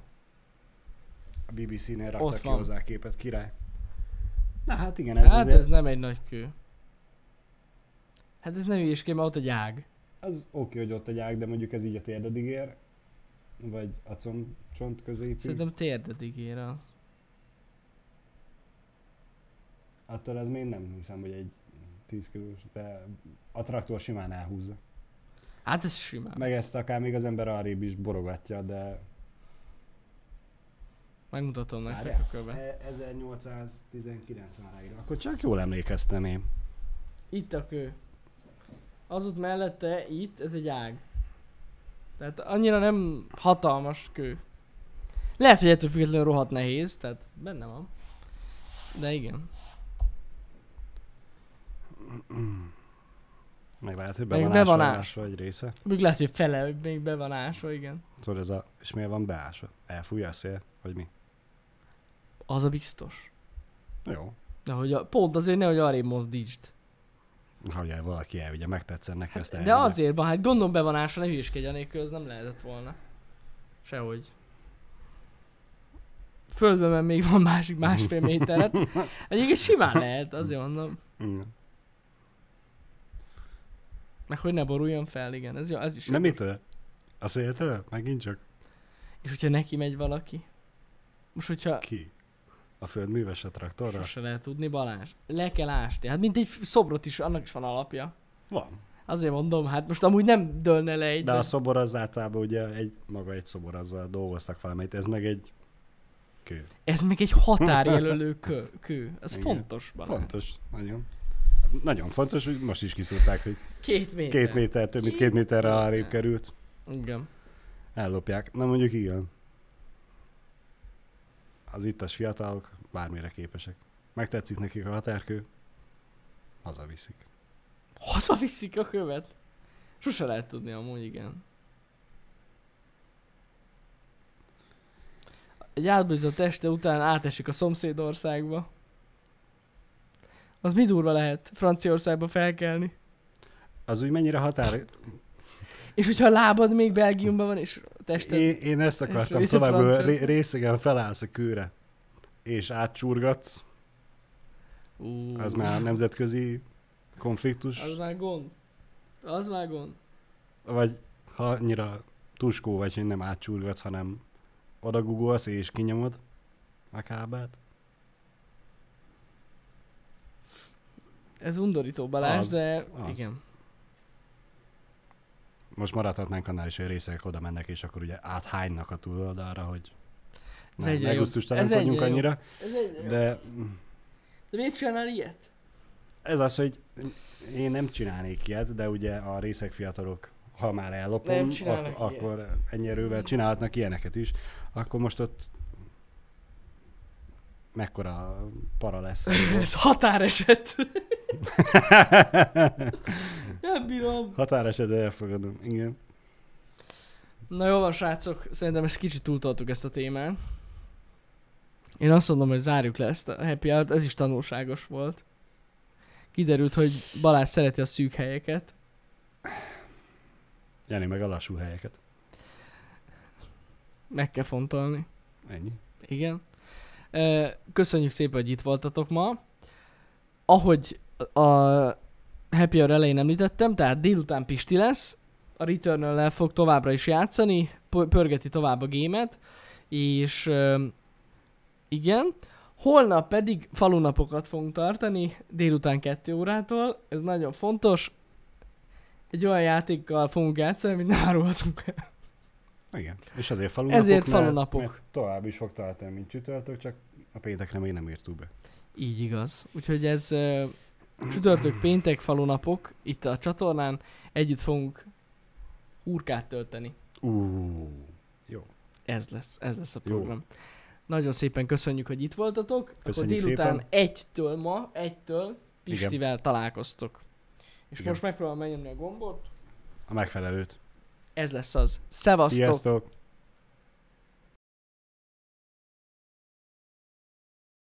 Speaker 2: A BBC-nél
Speaker 1: Ott
Speaker 2: raktak ki
Speaker 1: van.
Speaker 2: hozzá képet, király. Na hát igen, ez, hát
Speaker 1: Hát
Speaker 2: azért,
Speaker 1: ez
Speaker 2: ez...
Speaker 1: nem egy nagy kő. Hát ez nem hülyesképp, mert ott egy ág.
Speaker 2: az oké, hogy ott egy ág, de mondjuk ez így a térdedig ér. Vagy a com- csont középig.
Speaker 1: Szerintem térdedig ér az.
Speaker 2: Attól ez még nem hiszem, hogy egy 10 kilós, de a traktor simán elhúzza.
Speaker 1: Hát ez simán.
Speaker 2: Meg ezt akár még az ember arrébb is borogatja, de...
Speaker 1: Megmutatom nektek
Speaker 2: Várjál.
Speaker 1: a követ.
Speaker 2: 1819 már írva. e- Akkor csak jól emlékeztem én.
Speaker 1: Itt a kő. Az ott mellette, itt, ez egy ág. Tehát annyira nem hatalmas kő. Lehet, hogy ettől függetlenül rohadt nehéz, tehát ez benne van. De igen.
Speaker 2: Meg lehet, hogy
Speaker 1: Meg
Speaker 2: be van
Speaker 1: bevanás.
Speaker 2: ásva vagy része.
Speaker 1: Még lehet, hogy fele még be van ásva, igen.
Speaker 2: Tudod, ez a... És miért van beásva? Elfújja a szél? Vagy mi?
Speaker 1: Az a biztos.
Speaker 2: Jó.
Speaker 1: De hogy a, pont azért nehogy arrébb mozdítsd.
Speaker 2: Hagyjál valaki elvigye, megtetszen neki ezt
Speaker 1: De azért van, hát gondolom be van ásva, ne hülyeskedj, anélkül ez nem lehetett volna. Sehogy. Földben mert még van másik másfél méteret. Egyébként simán lehet, azért mondom.
Speaker 2: Mm.
Speaker 1: Meg hogy ne boruljon fel, igen, ez, jó, ez is jó.
Speaker 2: Nem mitől? A széltől? Megint csak
Speaker 1: És hogyha neki megy valaki? Most, hogyha
Speaker 2: ki? A földműves a traktorra?
Speaker 1: sose lehet tudni, Balázs, le kell ásni. Hát mint egy f- szobrot is, annak is van alapja.
Speaker 2: Van.
Speaker 1: Azért mondom, hát most amúgy nem dőlne le egy...
Speaker 2: De a szobor az általában ugye egy, maga egy szobor, azzal dolgoztak valamit, ez meg egy kő.
Speaker 1: Ez még egy határjelölő kő. kő. Ez
Speaker 2: Igen.
Speaker 1: fontos, Balázs.
Speaker 2: Fontos, nagyon. Nagyon fontos, hogy most is kiszúrták, hogy
Speaker 1: Két méter.
Speaker 2: két méter, több mint két méterre arrébb került.
Speaker 1: Igen.
Speaker 2: Ellopják. Na mondjuk igen. Az ittas fiatalok bármire képesek. Megtetszik nekik a határkő, hazaviszik.
Speaker 1: Hazaviszik a követ? Sose lehet tudni amúgy, igen. Egy átbízott teste után átesik a szomszédországba. Az mi durva lehet Franciaországba felkelni.
Speaker 2: Az úgy mennyire határ...
Speaker 1: És hogyha a lábad még Belgiumban van, és a tested...
Speaker 2: Én, én ezt akartam
Speaker 1: része
Speaker 2: tovább,
Speaker 1: francia.
Speaker 2: ré- részegen felállsz a kőre, és átcsurgatsz,
Speaker 1: Ú,
Speaker 2: az már nemzetközi konfliktus,
Speaker 1: Az már gond. Az már gond.
Speaker 2: vagy ha annyira tuskó vagy, hogy nem átcsurgatsz, hanem odagugolsz és kinyomod a kábát.
Speaker 1: Ez undorító Balázs,
Speaker 2: Az,
Speaker 1: de
Speaker 2: az.
Speaker 1: igen.
Speaker 2: Most maradhatnánk annál is, hogy részek oda mennek, és akkor ugye áthánynak a túloldalra, hogy
Speaker 1: Ez egyre
Speaker 2: nem,
Speaker 1: jobb. Ez
Speaker 2: megusztustalanok
Speaker 1: egyre
Speaker 2: vagyunk
Speaker 1: jobb.
Speaker 2: annyira,
Speaker 1: Ez egy... de...
Speaker 2: de
Speaker 1: de miért csinál ilyet?
Speaker 2: ez az, hogy én nem csinálnék ilyet, de ugye a részek fiatalok, ha már ellopom,
Speaker 1: Nem csinálnak
Speaker 2: ak-
Speaker 1: ilyet.
Speaker 2: akkor ennyi erővel csinálhatnak ilyeneket is, akkor most ott mekkora para lesz.
Speaker 1: Ez határeset. Nem bírom.
Speaker 2: Határeset elfogadom, igen.
Speaker 1: Na jó van, srácok, szerintem ezt kicsit túltoltuk ezt a témát. Én azt mondom, hogy zárjuk le ezt a happy hour ez is tanulságos volt. Kiderült, hogy Balázs szereti a szűk helyeket.
Speaker 2: Jani meg a lassú helyeket.
Speaker 1: Meg kell fontolni.
Speaker 2: Ennyi.
Speaker 1: Igen. Ö, Köszönjük szépen, hogy itt voltatok ma. Ahogy a Happy Hour elején említettem, tehát délután Pisti lesz, a return el fog továbbra is játszani, pö- pörgeti tovább a gémet, és ö, igen, holnap pedig falunapokat fogunk tartani, délután 2 órától, ez nagyon fontos, egy olyan játékkal fogunk játszani, amit nem árulhatunk el.
Speaker 2: Igen. És azért falunapok.
Speaker 1: Ezért
Speaker 2: mert-
Speaker 1: falunapok.
Speaker 2: mert Tovább is fog tartani, mint csütörtök, csak a péntekre még nem írtuk be.
Speaker 1: Így igaz. Úgyhogy ez ö, csütörtök, péntek, falunapok itt a csatornán. Együtt fogunk hurkát tölteni.
Speaker 2: Ú, jó.
Speaker 1: Ez lesz, ez lesz a
Speaker 2: Jó.
Speaker 1: program. Nagyon szépen köszönjük, hogy itt voltatok.
Speaker 2: Köszönjük
Speaker 1: Akkor délután
Speaker 2: szépen.
Speaker 1: egytől ma, egytől Pistivel találkoztok. És
Speaker 2: Igen.
Speaker 1: most megpróbálom megnyomni a gombot.
Speaker 2: A megfelelőt.
Speaker 3: ez lesz az. Szevasztok!
Speaker 1: Sziasztok!